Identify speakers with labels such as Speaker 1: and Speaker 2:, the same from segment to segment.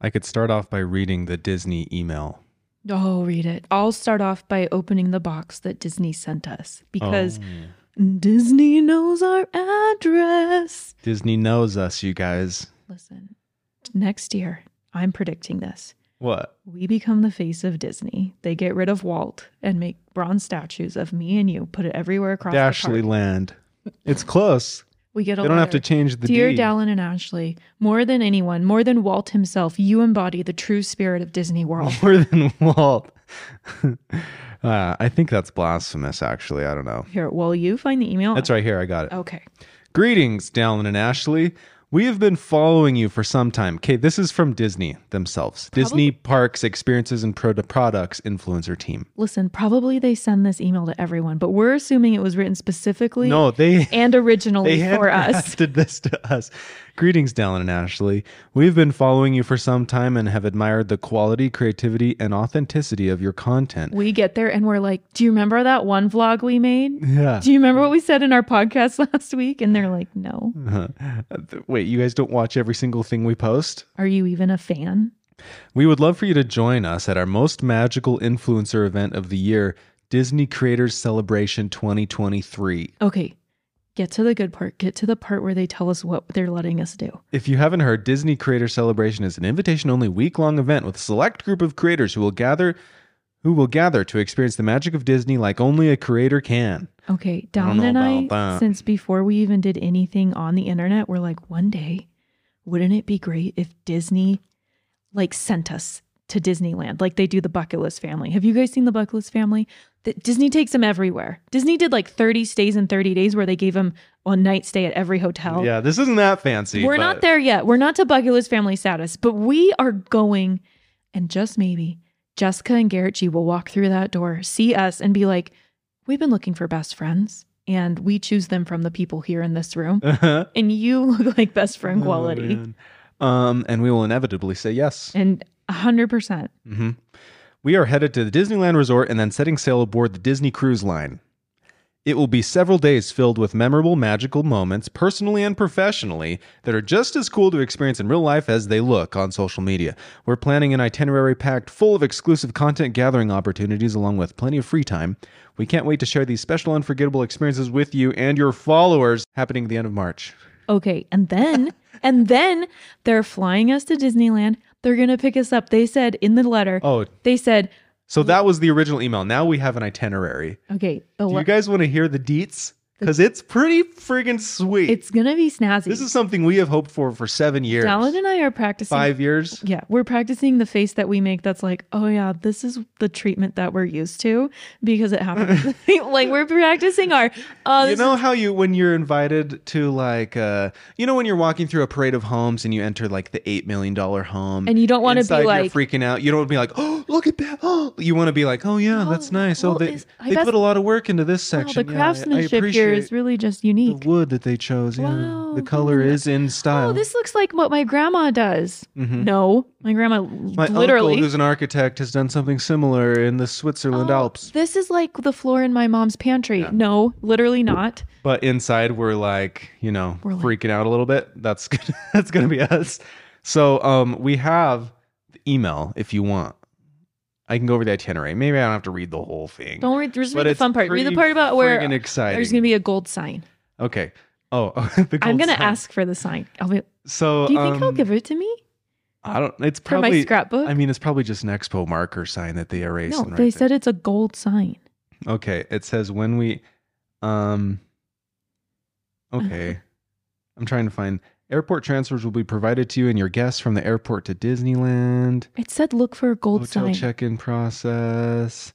Speaker 1: I could start off by reading the Disney email.
Speaker 2: Oh, read it. I'll start off by opening the box that Disney sent us because
Speaker 1: Oh.
Speaker 2: Disney knows our address.
Speaker 1: Disney knows us, you guys.
Speaker 2: Listen, next year, I'm predicting this.
Speaker 1: What?
Speaker 2: We become the face of Disney. They get rid of Walt and make bronze statues of me and you, put it everywhere across the
Speaker 1: Dashley
Speaker 2: park.
Speaker 1: Land. It's close.
Speaker 2: We get a
Speaker 1: They don't have to
Speaker 2: letter.
Speaker 1: change the
Speaker 2: Dear
Speaker 1: D.
Speaker 2: Dallin and Ashley, more than anyone, more than Walt himself, you embody the true spirit of Disney World.
Speaker 1: More than Walt. uh, I think that's blasphemous, actually. I don't know.
Speaker 2: Here, will you find the email?
Speaker 1: That's right here. I got it.
Speaker 2: Okay.
Speaker 1: Greetings, Dallin and Ashley. We have been following you for some time. Okay, this is from Disney themselves. Disney Parks Experiences and Pro- Products Influencer Team.
Speaker 2: Listen, probably they send this email to everyone, but we're assuming it was written specifically
Speaker 1: No, they
Speaker 2: and
Speaker 1: they
Speaker 2: originally for us.
Speaker 1: handcrafted this to us. Greetings, Dallin and Ashley. We've been following you for some time and have admired the quality, creativity, and authenticity of your content.
Speaker 2: We get there and we're like, Do you remember that one vlog we made?
Speaker 1: Yeah.
Speaker 2: Do you remember what we said in our podcast last week? And they're like, No.
Speaker 1: Hmm. Wait, you guys don't watch every single thing we post?
Speaker 2: Are you even a fan?
Speaker 1: We would love for you to join us at our most magical influencer event of the year, Disney Creators Celebration 2023.
Speaker 2: Okay, get to the good part. Get to the part where they tell us what they're letting us do.
Speaker 1: If you haven't heard, Disney Creator Celebration is an invitation-only week-long event with a select group of creators who will gather who will gather to experience the magic of Disney like only a creator can.
Speaker 2: Okay,
Speaker 1: don't
Speaker 2: Don and
Speaker 1: know
Speaker 2: I,
Speaker 1: about that.
Speaker 2: since before we even did anything on the internet, we're like, one day, wouldn't it be great if Disney like sent us to Disneyland like they do the Bucket List Family? Have you guys seen the Bucket List Family? Th- Disney takes them everywhere. Disney did like 30 stays in 30 days where they gave them a night stay at every hotel.
Speaker 1: Yeah, this isn't that fancy.
Speaker 2: We're
Speaker 1: but
Speaker 2: not there yet. We're not to Bucket List Family status, but we are going, and just maybe Jessica and Garrett G will walk through that door, see us, and be like, "We've been looking for best friends, and we choose them from the people here in this room, and you look like best friend quality."
Speaker 1: Oh, um, and we will inevitably say yes.
Speaker 2: and a hundred percent,
Speaker 1: We are headed to the Disneyland Resort and then setting sail aboard the Disney Cruise Line. It will be several days filled with memorable magical moments, personally and professionally, that are just as cool to experience in real life as they look on social media. We're planning an itinerary packed full of exclusive content gathering opportunities along with plenty of free time. We can't wait to share these special unforgettable experiences with you and your followers happening at the end of March.
Speaker 2: okay. And then, and then they're flying us to Disneyland. They're gonna pick us up. They said in the letter.
Speaker 1: Oh,
Speaker 2: They said,
Speaker 1: so that was the original email. Now we have an itinerary.
Speaker 2: okay, the
Speaker 1: Do
Speaker 2: le-
Speaker 1: you guys want to hear the deets? Because it's pretty friggin' sweet.
Speaker 2: it's gonna be snazzy.
Speaker 1: This is something we have hoped for for seven years.
Speaker 2: Dallin and I are practicing
Speaker 1: Five years.
Speaker 2: Yeah, we're practicing the face that we make that's like, oh yeah, this is the treatment that we're used to because it happens. like we're practicing our uh
Speaker 1: You
Speaker 2: this
Speaker 1: know how you when you're invited to like uh you know when you're walking through a parade of homes and you enter like the eight million dollar home
Speaker 2: And you don't wanna be
Speaker 1: inside
Speaker 2: like-
Speaker 1: you're freaking out. You don't want to be like, oh look at that. Oh you want to be like, oh yeah, that's
Speaker 2: Oh,
Speaker 1: nice. Oh
Speaker 2: well,
Speaker 1: they,
Speaker 2: is- I
Speaker 1: they
Speaker 2: guess-
Speaker 1: put a lot of work into this
Speaker 2: wow,
Speaker 1: section.
Speaker 2: the
Speaker 1: Yeah, I- I,
Speaker 2: craftsmanship
Speaker 1: appreciate
Speaker 2: here is really just
Speaker 1: the
Speaker 2: unique.
Speaker 1: wood that they chose. Yeah,
Speaker 2: Wow,
Speaker 1: the color
Speaker 2: yeah.
Speaker 1: is in style.
Speaker 2: Oh, this looks like what my grandma does.
Speaker 1: Mhm.
Speaker 2: No, my grandma
Speaker 1: My
Speaker 2: literally.
Speaker 1: uncle, who's an architect, has done something similar in the Switzerland
Speaker 2: "Oh,
Speaker 1: Alps.
Speaker 2: This is like the floor in my mom's pantry. No, literally not.
Speaker 1: But inside, we're like, you know,
Speaker 2: We're like-
Speaker 1: freaking out a little bit. That's gonna, that's gonna be us. So, um, we have the email if you want. I can go over the itinerary. Maybe I don't have to read the whole thing.
Speaker 2: Don't read, just
Speaker 1: But
Speaker 2: read the
Speaker 1: it's
Speaker 2: fun part. Read the
Speaker 1: pretty
Speaker 2: part about where
Speaker 1: friggin' exciting.
Speaker 2: there's going to be a gold sign.
Speaker 1: okay. Oh, the
Speaker 2: I'm
Speaker 1: gold
Speaker 2: going to
Speaker 1: sign.
Speaker 2: ask for the sign. I'll be,
Speaker 1: So,
Speaker 2: do you think he'll
Speaker 1: um,
Speaker 2: give it to me?
Speaker 1: I don't. It's
Speaker 2: for my
Speaker 1: probably
Speaker 2: scrapbook?
Speaker 1: I mean, it's probably just an expo marker sign that they erased.
Speaker 2: No,
Speaker 1: and
Speaker 2: they
Speaker 1: right there.
Speaker 2: said it's a gold sign.
Speaker 1: Okay, it says when we um Okay. I'm trying to find airport transfers will be provided to you and your guests from the airport to Disneyland.
Speaker 2: It said look for a gold
Speaker 1: Hotel
Speaker 2: sign.
Speaker 1: check-in process.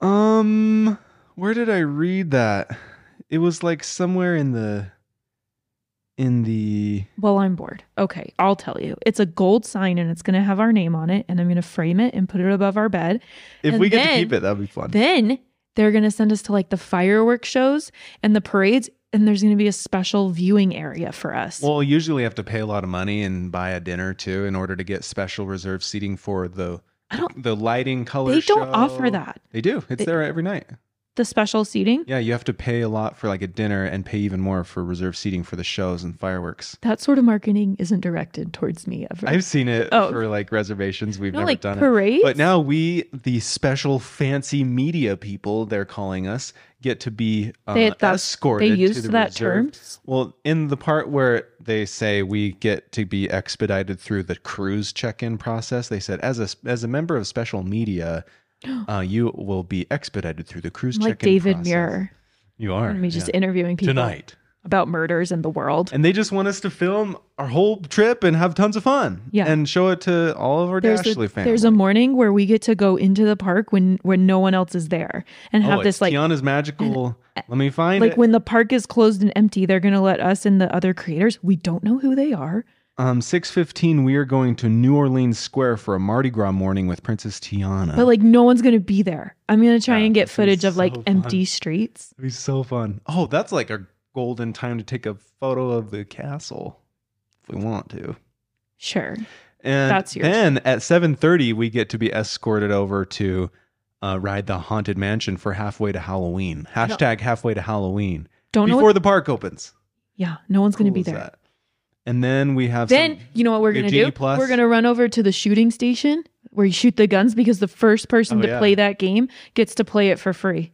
Speaker 1: Um where did I read that? It was like somewhere in the in the
Speaker 2: Well, I'm bored. Okay, I'll tell you. It's a gold sign and it's going to have our name on it and I'm going to frame it and put it above our bed.
Speaker 1: if
Speaker 2: And
Speaker 1: we get
Speaker 2: then-
Speaker 1: to keep it, that'd be fun.
Speaker 2: Then they're going to send us to like the fireworks shows and the parades and there's going to be a special viewing area for us.
Speaker 1: Well, usually you have to pay a lot of money and buy a dinner too in order to get special reserved seating for the
Speaker 2: I don't
Speaker 1: the lighting color.
Speaker 2: They don't
Speaker 1: show.
Speaker 2: offer that.
Speaker 1: They do. It's
Speaker 2: They-
Speaker 1: there every night.
Speaker 2: the special seating.
Speaker 1: Yeah, you have to pay a lot for like a dinner and pay even more for reserved seating for the shows and fireworks.
Speaker 2: That sort of marketing isn't directed towards me ever.
Speaker 1: I've seen it
Speaker 2: Oh.
Speaker 1: for like reservations. We've
Speaker 2: no,
Speaker 1: never
Speaker 2: like
Speaker 1: done it.
Speaker 2: parades.
Speaker 1: But now we, the special fancy media people, they're calling us, get to be uh,
Speaker 2: They- that- they
Speaker 1: escorted. to
Speaker 2: used
Speaker 1: the
Speaker 2: that
Speaker 1: reserve.
Speaker 2: term.
Speaker 1: Well, in the part where they say we get to be expedited through the cruise check-in process, they said as a as a member of special media, uh, you will be expedited through the cruise
Speaker 2: I'm like
Speaker 1: check-in
Speaker 2: David
Speaker 1: process.
Speaker 2: Muir.
Speaker 1: You are
Speaker 2: I mean, just
Speaker 1: yeah.
Speaker 2: interviewing people
Speaker 1: tonight,
Speaker 2: about murders and the world.
Speaker 1: and they just want us to film our whole trip and have tons of fun.
Speaker 2: Yeah.
Speaker 1: and show it to all of our
Speaker 2: There's
Speaker 1: Dashley
Speaker 2: a,
Speaker 1: fans.
Speaker 2: there's a morning where we get to go into the park when when no one else is there and
Speaker 1: Oh,
Speaker 2: have this like
Speaker 1: Tiana's magical. Let me find
Speaker 2: like
Speaker 1: it.
Speaker 2: when the park is closed and empty they're going to let us and the other creators we don't know who they are
Speaker 1: um, six fifteen. We are going to New Orleans Square for a Mardi Gras morning with Princess Tiana.
Speaker 2: but like no one's going to be there i'm going to try
Speaker 1: Yeah,
Speaker 2: and get
Speaker 1: that's gonna be
Speaker 2: footage of like
Speaker 1: so fun.
Speaker 2: empty streets
Speaker 1: It'd be so fun. Oh, that's like a golden time to take a photo of the castle if we want to.
Speaker 2: sure
Speaker 1: And
Speaker 2: That's yours.
Speaker 1: then at 7:30 we get to be escorted over to uh, ride the haunted mansion for halfway to Halloween.
Speaker 2: don't-
Speaker 1: Hashtag halfway to Halloween
Speaker 2: don't know
Speaker 1: before
Speaker 2: what,
Speaker 1: the park opens.
Speaker 2: yeah no one's going to
Speaker 1: Cool
Speaker 2: be
Speaker 1: as
Speaker 2: there
Speaker 1: that. And then we have
Speaker 2: then
Speaker 1: some-
Speaker 2: you know what we're
Speaker 1: we have
Speaker 2: going to
Speaker 1: Genie
Speaker 2: do
Speaker 1: Plus.
Speaker 2: we're going to run over to the shooting station where you shoot the guns because the first person
Speaker 1: Oh,
Speaker 2: to
Speaker 1: yeah.
Speaker 2: play that game gets to play it for free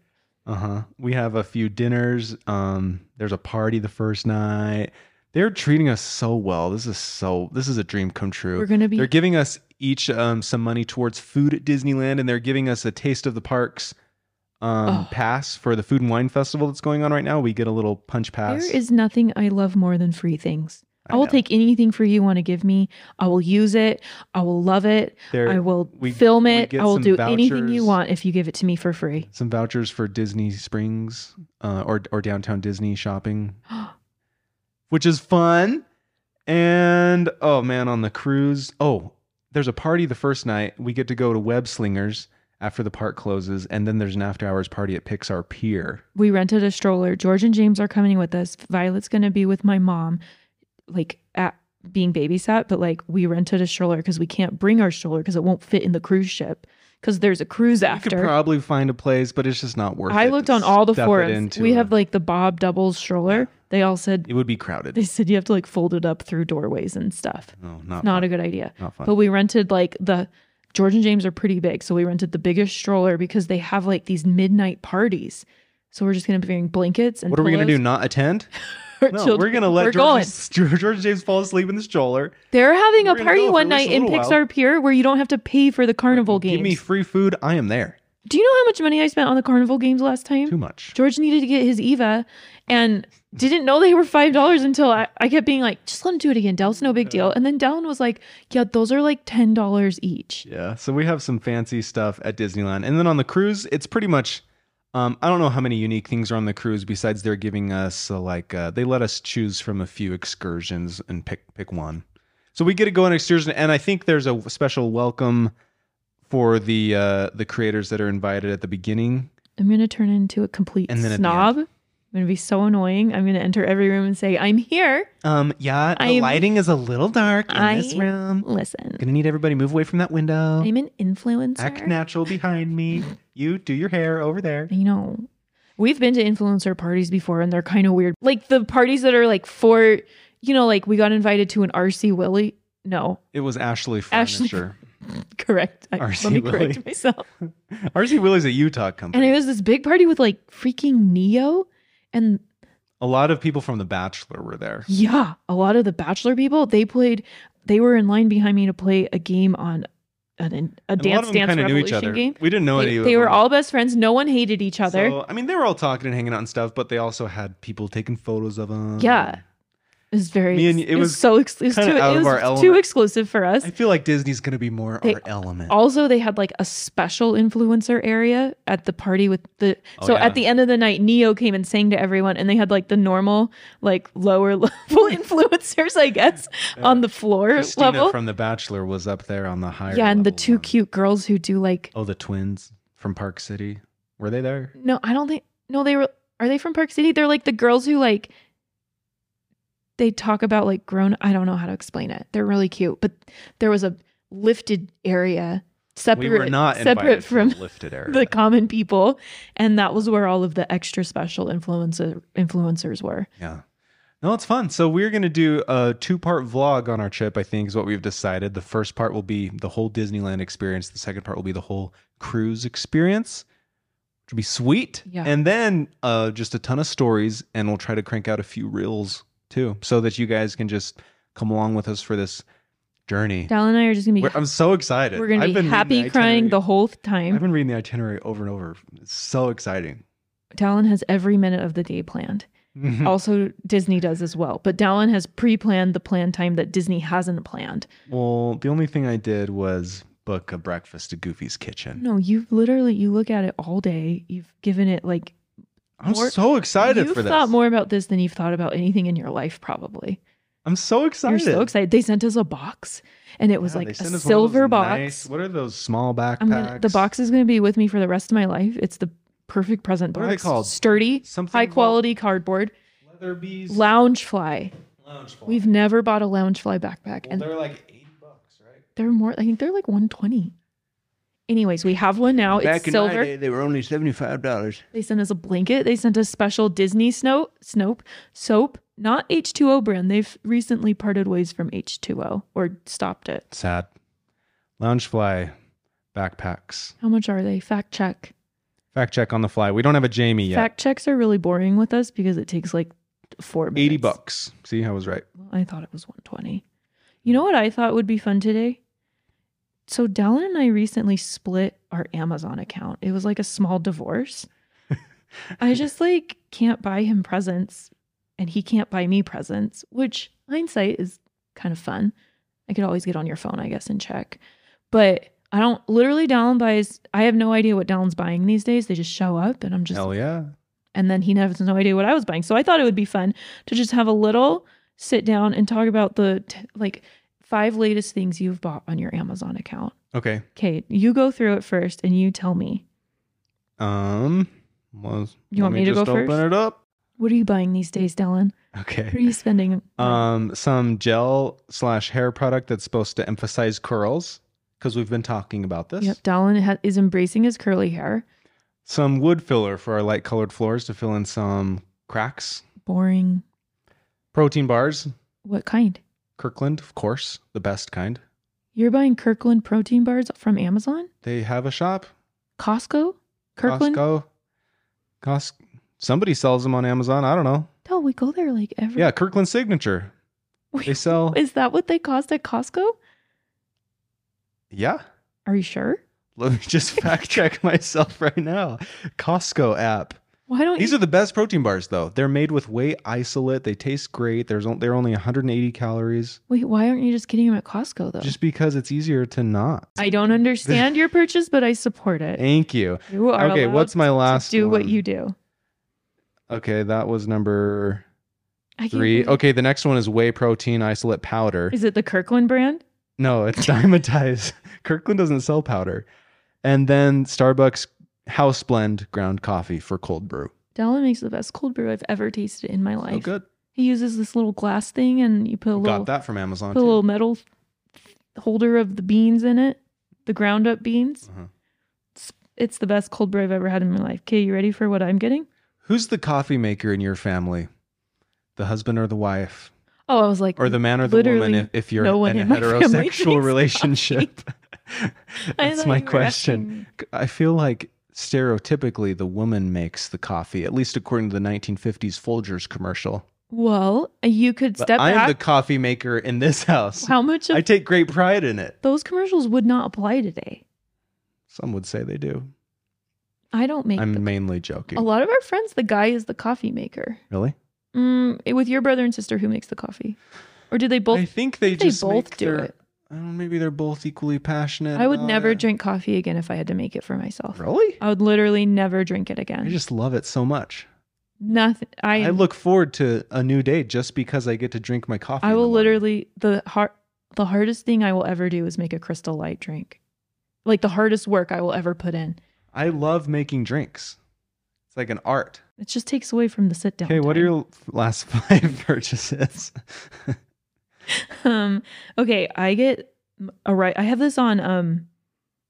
Speaker 1: Uh-huh. We have a few dinners. Um there's a party the first night. They're treating us so well. This is so this is a dream come true.
Speaker 2: we're going to be
Speaker 1: They're giving us each um, some money towards food at Disneyland, and they're giving us a taste of the parks um,
Speaker 2: Oh.
Speaker 1: pass for the food and wine festival that's going on right now. We get a little punch pass.
Speaker 2: There is nothing I love more than free things. I,
Speaker 1: I
Speaker 2: will
Speaker 1: know.
Speaker 2: take anything free you want to give me. I will use it. I will love it.
Speaker 1: There-
Speaker 2: I will
Speaker 1: we-
Speaker 2: film
Speaker 1: we
Speaker 2: it.
Speaker 1: get
Speaker 2: I will
Speaker 1: some
Speaker 2: do anything you
Speaker 1: vouchers.
Speaker 2: want if you give it to me for free.
Speaker 1: some vouchers for Disney Springs uh, or or downtown Disney shopping, which is fun. And oh man, on the cruise, oh, there's a party the first night. We get to go to Web Slingers after the park closes, and then there's an after hours party at Pixar Pier.
Speaker 2: We rented a stroller. George and James are coming with us. Violet's going to be with my mom, like at being babysat, but like we rented a stroller because we can't bring our stroller because it won't fit in the cruise ship because there's a cruise after.
Speaker 1: You could probably find a place, but it's just not worth it.
Speaker 2: I
Speaker 1: to
Speaker 2: looked on all the
Speaker 1: stuff it
Speaker 2: forums.
Speaker 1: into
Speaker 2: We
Speaker 1: a-
Speaker 2: have like the Bob Doubles stroller. They all said
Speaker 1: it would be crowded.
Speaker 2: they said you have to like fold it up through doorways and stuff.
Speaker 1: no, not
Speaker 2: not
Speaker 1: not
Speaker 2: a good idea.
Speaker 1: fun. Not fun.
Speaker 2: But we rented like the George and James are pretty big, so we rented the biggest stroller because they have like these midnight parties. So we're just gonna be wearing blankets and
Speaker 1: what are we gonna do?
Speaker 2: pillows
Speaker 1: Not attend?
Speaker 2: for
Speaker 1: No,
Speaker 2: children.
Speaker 1: we're gonna let
Speaker 2: we're going.
Speaker 1: George, George, James fall asleep in the stroller.
Speaker 2: They're having
Speaker 1: we're
Speaker 2: a
Speaker 1: gonna
Speaker 2: party
Speaker 1: go for
Speaker 2: one
Speaker 1: at least
Speaker 2: night
Speaker 1: a
Speaker 2: in
Speaker 1: little
Speaker 2: Pixar
Speaker 1: while.
Speaker 2: Pier where you don't have to pay for the carnival games.
Speaker 1: Give me free food. I am there.
Speaker 2: do you know how much money I spent on the carnival games last time?
Speaker 1: Too much.
Speaker 2: George needed to get his Eva and didn't know they were five dollars until I, I kept being like, just let him do it again. Dell's no big deal. And then Dell was like, Yeah, those are like ten dollars each.
Speaker 1: Yeah. So we have some fancy stuff at Disneyland, and then on the cruise, it's pretty much. Um, I don't know how many unique things are on the cruise besides they're giving us uh, like uh, they let us choose from a few excursions and pick pick one. So we get to go on an excursion, and I think there's a special welcome for the uh, the creators that are invited at the beginning.
Speaker 2: I'm gonna turn into a complete
Speaker 1: And then at the
Speaker 2: snob. I'm gonna be so annoying. I'm gonna enter every room and say, I'm here.
Speaker 1: Um, yeah,
Speaker 2: I'm-
Speaker 1: is a little dark
Speaker 2: I-
Speaker 1: room.
Speaker 2: Listen,
Speaker 1: Gonna need everybody move away from that window.
Speaker 2: I'm an influencer.
Speaker 1: natural behind me. You do your hair over there.
Speaker 2: I know. We've been to influencer parties before and they're kind of weird. Like the parties that are like for, you know, like we got invited to an RC Willie. No,
Speaker 1: It was Ashley
Speaker 2: Ashley-
Speaker 1: Furniture.
Speaker 2: correct. I,
Speaker 1: RC
Speaker 2: let me
Speaker 1: Willy.
Speaker 2: correct myself.
Speaker 1: RC Willie's a Utah
Speaker 2: And
Speaker 1: company.
Speaker 2: it was this big party with like freaking Neo and
Speaker 1: a lot of people from The Bachelor were there.
Speaker 2: Yeah, a lot of the Bachelor people they played. They were in line behind me to play a game on an, a
Speaker 1: And a lot
Speaker 2: dance
Speaker 1: of them
Speaker 2: dance
Speaker 1: kinda
Speaker 2: revolution
Speaker 1: knew each other.
Speaker 2: game.
Speaker 1: We didn't know any
Speaker 2: They,
Speaker 1: of
Speaker 2: they were
Speaker 1: them.
Speaker 2: all best friends. No one hated each other.
Speaker 1: So, I mean, they were all talking and hanging out and stuff, but they also had people taking photos of them.
Speaker 2: yeah, it was very.
Speaker 1: Me and
Speaker 2: ex-
Speaker 1: you- it was
Speaker 2: so ex- it was too,
Speaker 1: kinda out
Speaker 2: it
Speaker 1: of
Speaker 2: was
Speaker 1: our
Speaker 2: too
Speaker 1: element.
Speaker 2: exclusive for us.
Speaker 1: I feel like Disney's going to be more
Speaker 2: They-
Speaker 1: our element.
Speaker 2: also, they had like a special influencer area at the party with the.
Speaker 1: Oh,
Speaker 2: so
Speaker 1: yeah.
Speaker 2: at the end of the night, Neo came and sang to everyone, and they had like the normal, like lower level influencers, I guess, on the floor
Speaker 1: Christina
Speaker 2: level.
Speaker 1: from The Bachelor was up there on the higher.
Speaker 2: yeah, and the
Speaker 1: level
Speaker 2: two
Speaker 1: one.
Speaker 2: cute girls who do like
Speaker 1: Oh, the twins from Park City. Were they there?
Speaker 2: No, I don't think. No, they were. Are they from Park City? They're like the girls who like. They talk about like grown. I don't know how to explain it. They're really cute, but there was a lifted area separate,
Speaker 1: we were not
Speaker 2: separate
Speaker 1: invited
Speaker 2: from
Speaker 1: to the lifted area.
Speaker 2: the common people, and that was where all of the extra special influencer influencers were.
Speaker 1: Yeah. No, it's fun. So we're going to do a two-part vlog on our trip, I think is what we've decided. The first part will be the whole Disneyland experience, the second part will be the whole cruise experience, which will be sweet.
Speaker 2: Yeah.
Speaker 1: And then uh just a ton of stories and we'll try to crank out a few reels too so that you guys can just come along with us for this journey.
Speaker 2: Dal and I are just gonna be
Speaker 1: We're- I'm so excited.
Speaker 2: we're gonna
Speaker 1: I've
Speaker 2: be
Speaker 1: been reading
Speaker 2: happy crying
Speaker 1: itinerary-
Speaker 2: the whole
Speaker 1: I've
Speaker 2: time.
Speaker 1: been reading the itinerary over and over. It's so exciting.
Speaker 2: Dallin has every minute of the day planned.
Speaker 1: Hmm.
Speaker 2: Also, Disney does as well. But Dallin has pre-planned the plan time that Disney hasn't planned.
Speaker 1: Well, the only thing I did was book a breakfast at Goofy's Kitchen.
Speaker 2: No, you've literally you look at it all day. You've given it like
Speaker 1: I'm
Speaker 2: More-
Speaker 1: so excited
Speaker 2: you've
Speaker 1: for this.
Speaker 2: thought more about this than you've thought about anything in your life, probably.
Speaker 1: I'm so excited.
Speaker 2: You're so excited. They sent us a box, and it was
Speaker 1: Yeah,
Speaker 2: like
Speaker 1: they
Speaker 2: a
Speaker 1: sent us one of
Speaker 2: silver
Speaker 1: those
Speaker 2: box.
Speaker 1: nice- what are those small backpacks?
Speaker 2: I'm gonna, the box is going to be with me for the rest of my life. It's the perfect present box.
Speaker 1: What are they called?
Speaker 2: Sturdy,
Speaker 1: Something
Speaker 2: high
Speaker 1: about
Speaker 2: quality cardboard.
Speaker 1: Leatherbees
Speaker 2: Lounge fly.
Speaker 1: lounge fly.
Speaker 2: We've never bought a lounge fly backpack,
Speaker 1: Well,
Speaker 2: and
Speaker 1: they're like 80 bucks, right?
Speaker 2: they're more. I think they're like 120. Anyways, we have one now.
Speaker 3: Back
Speaker 2: it's
Speaker 3: in
Speaker 2: silver.
Speaker 3: my day, they were only seventy-five dollars.
Speaker 2: They sent us a blanket. They sent us special Disney snow, snope, soap, not H2O brand. They've recently parted ways from H2O or stopped it.
Speaker 1: Sad. Lounge fly backpacks.
Speaker 2: How much are they? Fact check.
Speaker 1: Fact check on the fly. We don't have a Jamie yet.
Speaker 2: Fact checks are really boring with us because it takes like four minutes.
Speaker 1: 80 bucks. See, I was right.
Speaker 2: Well, I thought it was 120. You know what I thought would be fun today? So Dallin and I recently split our Amazon account. It was like a small divorce. I just like can't buy him presents and he can't buy me presents, which hindsight is kind of fun. I could always get on your phone, I guess, and check. But I don't literally Dallin buys I have no idea what Dallin's buying these days. They just show up and I'm just
Speaker 1: Hell yeah.
Speaker 2: and then he has no idea what I was buying. So I thought it would be fun to just have a little sit down and talk about the t- like five latest things you've bought on your Amazon account.
Speaker 1: Okay.
Speaker 2: Kate, you go through it first and you tell me.
Speaker 1: Um, well,
Speaker 2: You want
Speaker 1: let
Speaker 2: me to go
Speaker 1: just open
Speaker 2: first?
Speaker 1: it up.
Speaker 2: What are you buying these days, Dylan?
Speaker 1: Okay.
Speaker 2: What are you spending?
Speaker 1: um some gel slash hair product that's supposed to emphasize curls because we've been talking about this
Speaker 2: yep, Dylan ha- is embracing his curly hair.
Speaker 1: some wood filler for our light colored floors to fill in some cracks
Speaker 2: Boring.
Speaker 1: protein bars
Speaker 2: What kind?
Speaker 1: kirkland of course the best kind
Speaker 2: You're buying Kirkland protein bars from Amazon?
Speaker 1: they have a shop
Speaker 2: Costco? Kirkland?
Speaker 1: costco Costco. somebody sells them on amazon i don't know
Speaker 2: Tell we go there like every.
Speaker 1: yeah kirkland signature
Speaker 2: Wait,
Speaker 1: they sell
Speaker 2: Is that what they cost at Costco?
Speaker 1: yeah
Speaker 2: Are you sure?
Speaker 1: let me just fact check myself right now costco app
Speaker 2: Why don't you
Speaker 1: These are the best protein bars, though. They're made with whey isolate. They taste great. There's on, they're only 180 calories.
Speaker 2: Wait, why aren't you just getting them at Costco though?
Speaker 1: Just because it's easier to not.
Speaker 2: I don't understand your purchase, but I support it.
Speaker 1: Thank you.
Speaker 2: You are
Speaker 1: Okay,
Speaker 2: allowed
Speaker 1: what's my Um,
Speaker 2: to
Speaker 1: last?
Speaker 2: do what
Speaker 1: one?
Speaker 2: you do.
Speaker 1: Okay, that was number
Speaker 2: I can't
Speaker 1: three.
Speaker 2: believe-
Speaker 1: Okay, the next one is whey protein isolate powder.
Speaker 2: Is it the Kirkland brand?
Speaker 1: No, it's diamatized. Kirkland doesn't sell powder. And then Starbucks house blend ground coffee for cold brew.
Speaker 2: Dallin makes the best cold brew I've ever tasted in my
Speaker 1: So
Speaker 2: life.
Speaker 1: good.
Speaker 2: He uses this little glass thing, and you put a little,
Speaker 1: Got that from Amazon.
Speaker 2: put a
Speaker 1: too.
Speaker 2: little metal holder of the beans in it, the ground up beans.
Speaker 1: Uh-huh.
Speaker 2: It's, it's the best cold brew I've ever had in my life. Okay, you ready for what I'm getting?
Speaker 1: Who's the coffee maker in your family? The husband or the wife?
Speaker 2: Oh, I was like,
Speaker 1: or the man or the woman
Speaker 2: Literally,
Speaker 1: if, if you're
Speaker 2: no one
Speaker 1: in a
Speaker 2: in my family drinks
Speaker 1: heterosexual
Speaker 2: coffee.
Speaker 1: relationship
Speaker 2: I
Speaker 1: that's
Speaker 2: thought
Speaker 1: my
Speaker 2: you were
Speaker 1: question
Speaker 2: asking-
Speaker 1: i feel like stereotypically the woman makes the coffee at least according to the 1950s folgers commercial
Speaker 2: Well, you could
Speaker 1: but
Speaker 2: step
Speaker 1: i am
Speaker 2: back.
Speaker 1: the coffee maker in this house
Speaker 2: How much of
Speaker 1: i take great pride in it
Speaker 2: those commercials would not apply today.
Speaker 1: some would say they do
Speaker 2: I don't make
Speaker 1: i'm
Speaker 2: the-
Speaker 1: mainly joking
Speaker 2: a lot of our friends. The guy is the coffee maker.
Speaker 1: really
Speaker 2: Mm, it- with your brother and sister, who makes the coffee, or do they both?
Speaker 1: i think they
Speaker 2: think they
Speaker 1: just
Speaker 2: both
Speaker 1: make
Speaker 2: do
Speaker 1: their-
Speaker 2: it.
Speaker 1: I don't know, maybe they're both equally passionate
Speaker 2: I would
Speaker 1: about
Speaker 2: never
Speaker 1: it.
Speaker 2: drink coffee again if I had to make it for myself.
Speaker 1: really
Speaker 2: I would literally never drink it
Speaker 1: i
Speaker 2: again.
Speaker 1: just love it so much
Speaker 2: Nothing. I
Speaker 1: I
Speaker 2: I,
Speaker 1: look forward to a new day just because I get to drink my coffee. in the
Speaker 2: will
Speaker 1: morning.
Speaker 2: literally the hard the hardest thing I will ever do is make a crystal light drink, like the hardest work I will ever put in.
Speaker 1: I love making drinks. It's like an art.
Speaker 2: It just takes away from the sit down.
Speaker 1: Okay, what are
Speaker 2: time.
Speaker 1: your last five purchases?
Speaker 2: um okay i get a right i have this on um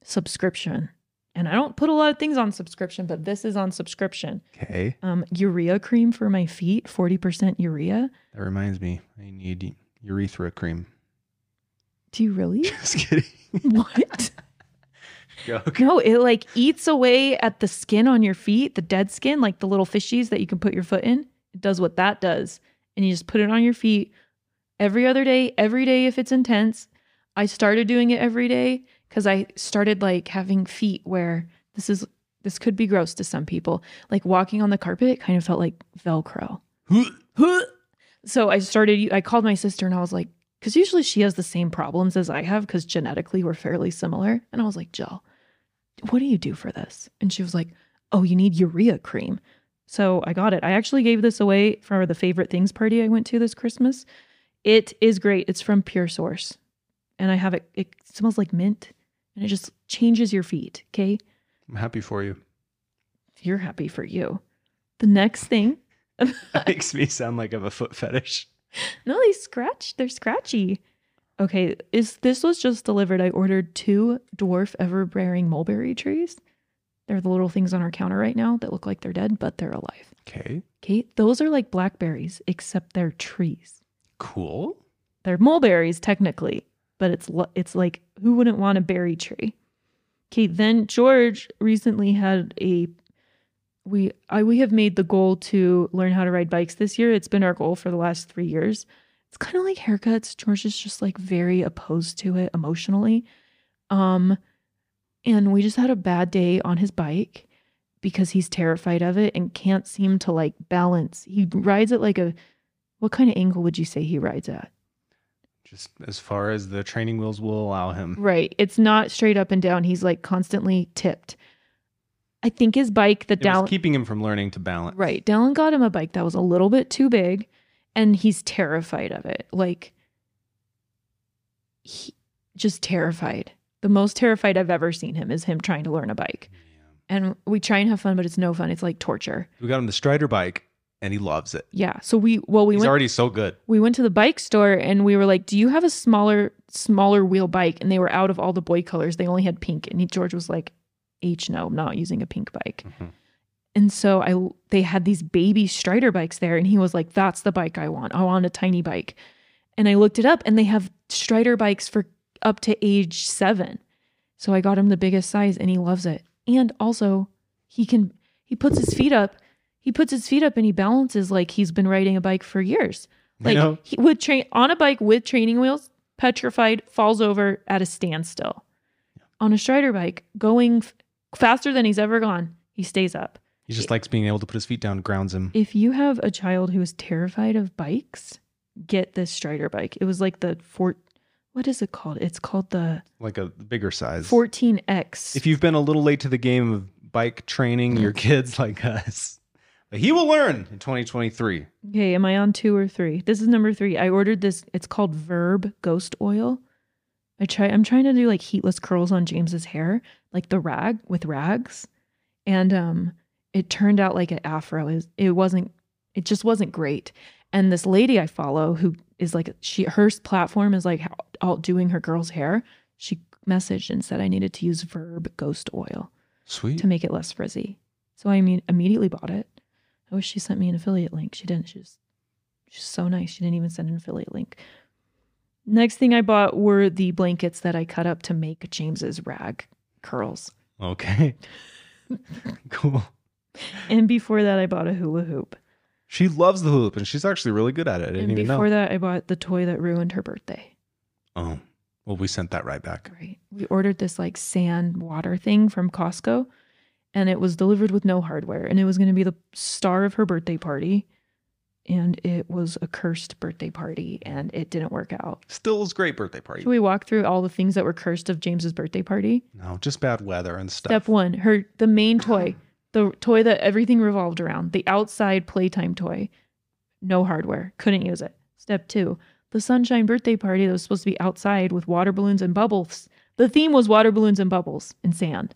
Speaker 2: subscription. And I don't put a lot of things on subscription, but this is on subscription.
Speaker 1: Okay.
Speaker 2: Um, urea cream for my feet, 40% urea.
Speaker 1: That reminds me, I need urethra cream.
Speaker 2: Do you really?
Speaker 1: Just kidding.
Speaker 2: what?
Speaker 1: Joke.
Speaker 2: No, it like eats away at the skin on your feet, the dead skin, like the little fishies that you can put your foot in. It does what that does. And you just put it on your feet every other day, every day if it's intense. I started doing it every day because I started like having feet where this is, this could be gross to some people. Like walking on the carpet it kind of felt like Velcro. so I started, I called my sister and I was like, because usually she has the same problems as I have because genetically we're fairly similar. And I was like, Jill, what do you do for this? And she was like, Oh, you need urea cream. So I got it. I actually gave this away for the favorite things party I went to this Christmas. It is great. It's from Pure Source. And I have it, it smells like mint and it just changes your feet. Okay.
Speaker 1: I'm happy for you.
Speaker 2: You're happy for you. The next thing,
Speaker 1: That makes me sound like I have a foot fetish.
Speaker 2: no, they scratch. They're scratchy. Okay. Is this was just delivered? I ordered two dwarf ever bearing mulberry trees. They're the little things on our counter right now that look like they're dead, but they're alive.
Speaker 1: Okay.
Speaker 2: Okay, those are like blackberries, except they're trees.
Speaker 1: Cool.
Speaker 2: They're mulberries technically, but it's lo- it's like who wouldn't want a berry tree? Okay, then George recently had a we I we have made the goal to learn how to ride bikes this year. It's been our goal for the last 3 years. It's kind of like haircuts. George is just like very opposed to it emotionally. Um and we just had a bad day on his bike because he's terrified of it and can't seem to like balance. He rides it like a what kind of angle would you say he rides at?
Speaker 1: Just as far as the training wheels will allow him.
Speaker 2: Right. It's not straight up and down. He's like constantly tipped. I think his bike, the
Speaker 1: It was
Speaker 2: down.
Speaker 1: keeping him from learning to balance.
Speaker 2: Right. Dallin got him a bike that was a little bit too big and he's terrified of it. Like, he just terrified. The most terrified I've ever seen him is him trying to learn a bike.
Speaker 1: Yeah.
Speaker 2: And we try and have fun, but it's no fun. It's like torture.
Speaker 1: We got him the Strider bike and he loves it.
Speaker 2: Yeah. So we, well, we
Speaker 1: He's
Speaker 2: went.
Speaker 1: already so good.
Speaker 2: we went to the bike store and we were like, "Do you have a smaller smaller wheel bike?" And they were out of all the boy colors. They only had pink. And he- George was like, "H no, I'm not using a pink bike."
Speaker 1: Mhm.
Speaker 2: And so I they had these baby Strider bikes there and he was like, "That's the bike I want. I want a tiny bike." And I looked it up and they have Strider bikes for up to age 7. So I got him the biggest size and he loves it. And also, he can he puts his feet up. He puts his feet up and he balances like he's been riding a bike for years. Like
Speaker 1: you know,
Speaker 2: he would train on a bike with training wheels, petrified, falls over at a standstill. On a Strider bike, going f- faster than he's ever gone, he stays up.
Speaker 1: he just likes being able to put his feet down, grounds him.
Speaker 2: If you have a child who is terrified of bikes, get this Strider bike. It was like the four. What is it called? It's called the
Speaker 1: like a bigger size.
Speaker 2: 14X.
Speaker 1: if you've been a little late to the game of bike training your kids like us, but he will learn in 2023.
Speaker 2: Okay, am I on two or three? This is number three. I ordered this. It's called Verb Ghost Oil. I try. I'm trying to do like heatless curls on James's hair, like the rag with rags, and um, it turned out like an afro. It, it wasn't. It just wasn't great. And this lady I follow, who is like she, her platform is like out doing her girl's hair. She messaged and said I needed to use Verb Ghost Oil
Speaker 1: Sweet.
Speaker 2: to make it less frizzy. So I mean, immediately bought it. I wish she sent me an affiliate link. She didn't. She was, she's so nice. She didn't even send an affiliate link. Next thing I bought were the blankets that I cut up to make James's rag curls.
Speaker 1: Okay. cool.
Speaker 2: And before that, I bought a hula hoop.
Speaker 1: She loves the hoop and she's actually really good at it. I didn't
Speaker 2: And
Speaker 1: even
Speaker 2: before
Speaker 1: know.
Speaker 2: that, I bought the toy that ruined her birthday.
Speaker 1: oh, well, we sent that right back.
Speaker 2: Right. We ordered this like sand water thing from Costco and it was delivered with no hardware and it was going to be the star of her birthday party and it was a cursed birthday party and it didn't work out.
Speaker 1: Still is great birthday party.
Speaker 2: Should we walk through all the things that were cursed of James's birthday party?
Speaker 1: no, just bad weather and stuff.
Speaker 2: Step 1, her the main toy, the toy that everything revolved around, the outside playtime toy. No hardware. Couldn't use it. Step 2, the sunshine birthday party that was supposed to be outside with water balloons and bubbles. The theme was water balloons and bubbles and sand.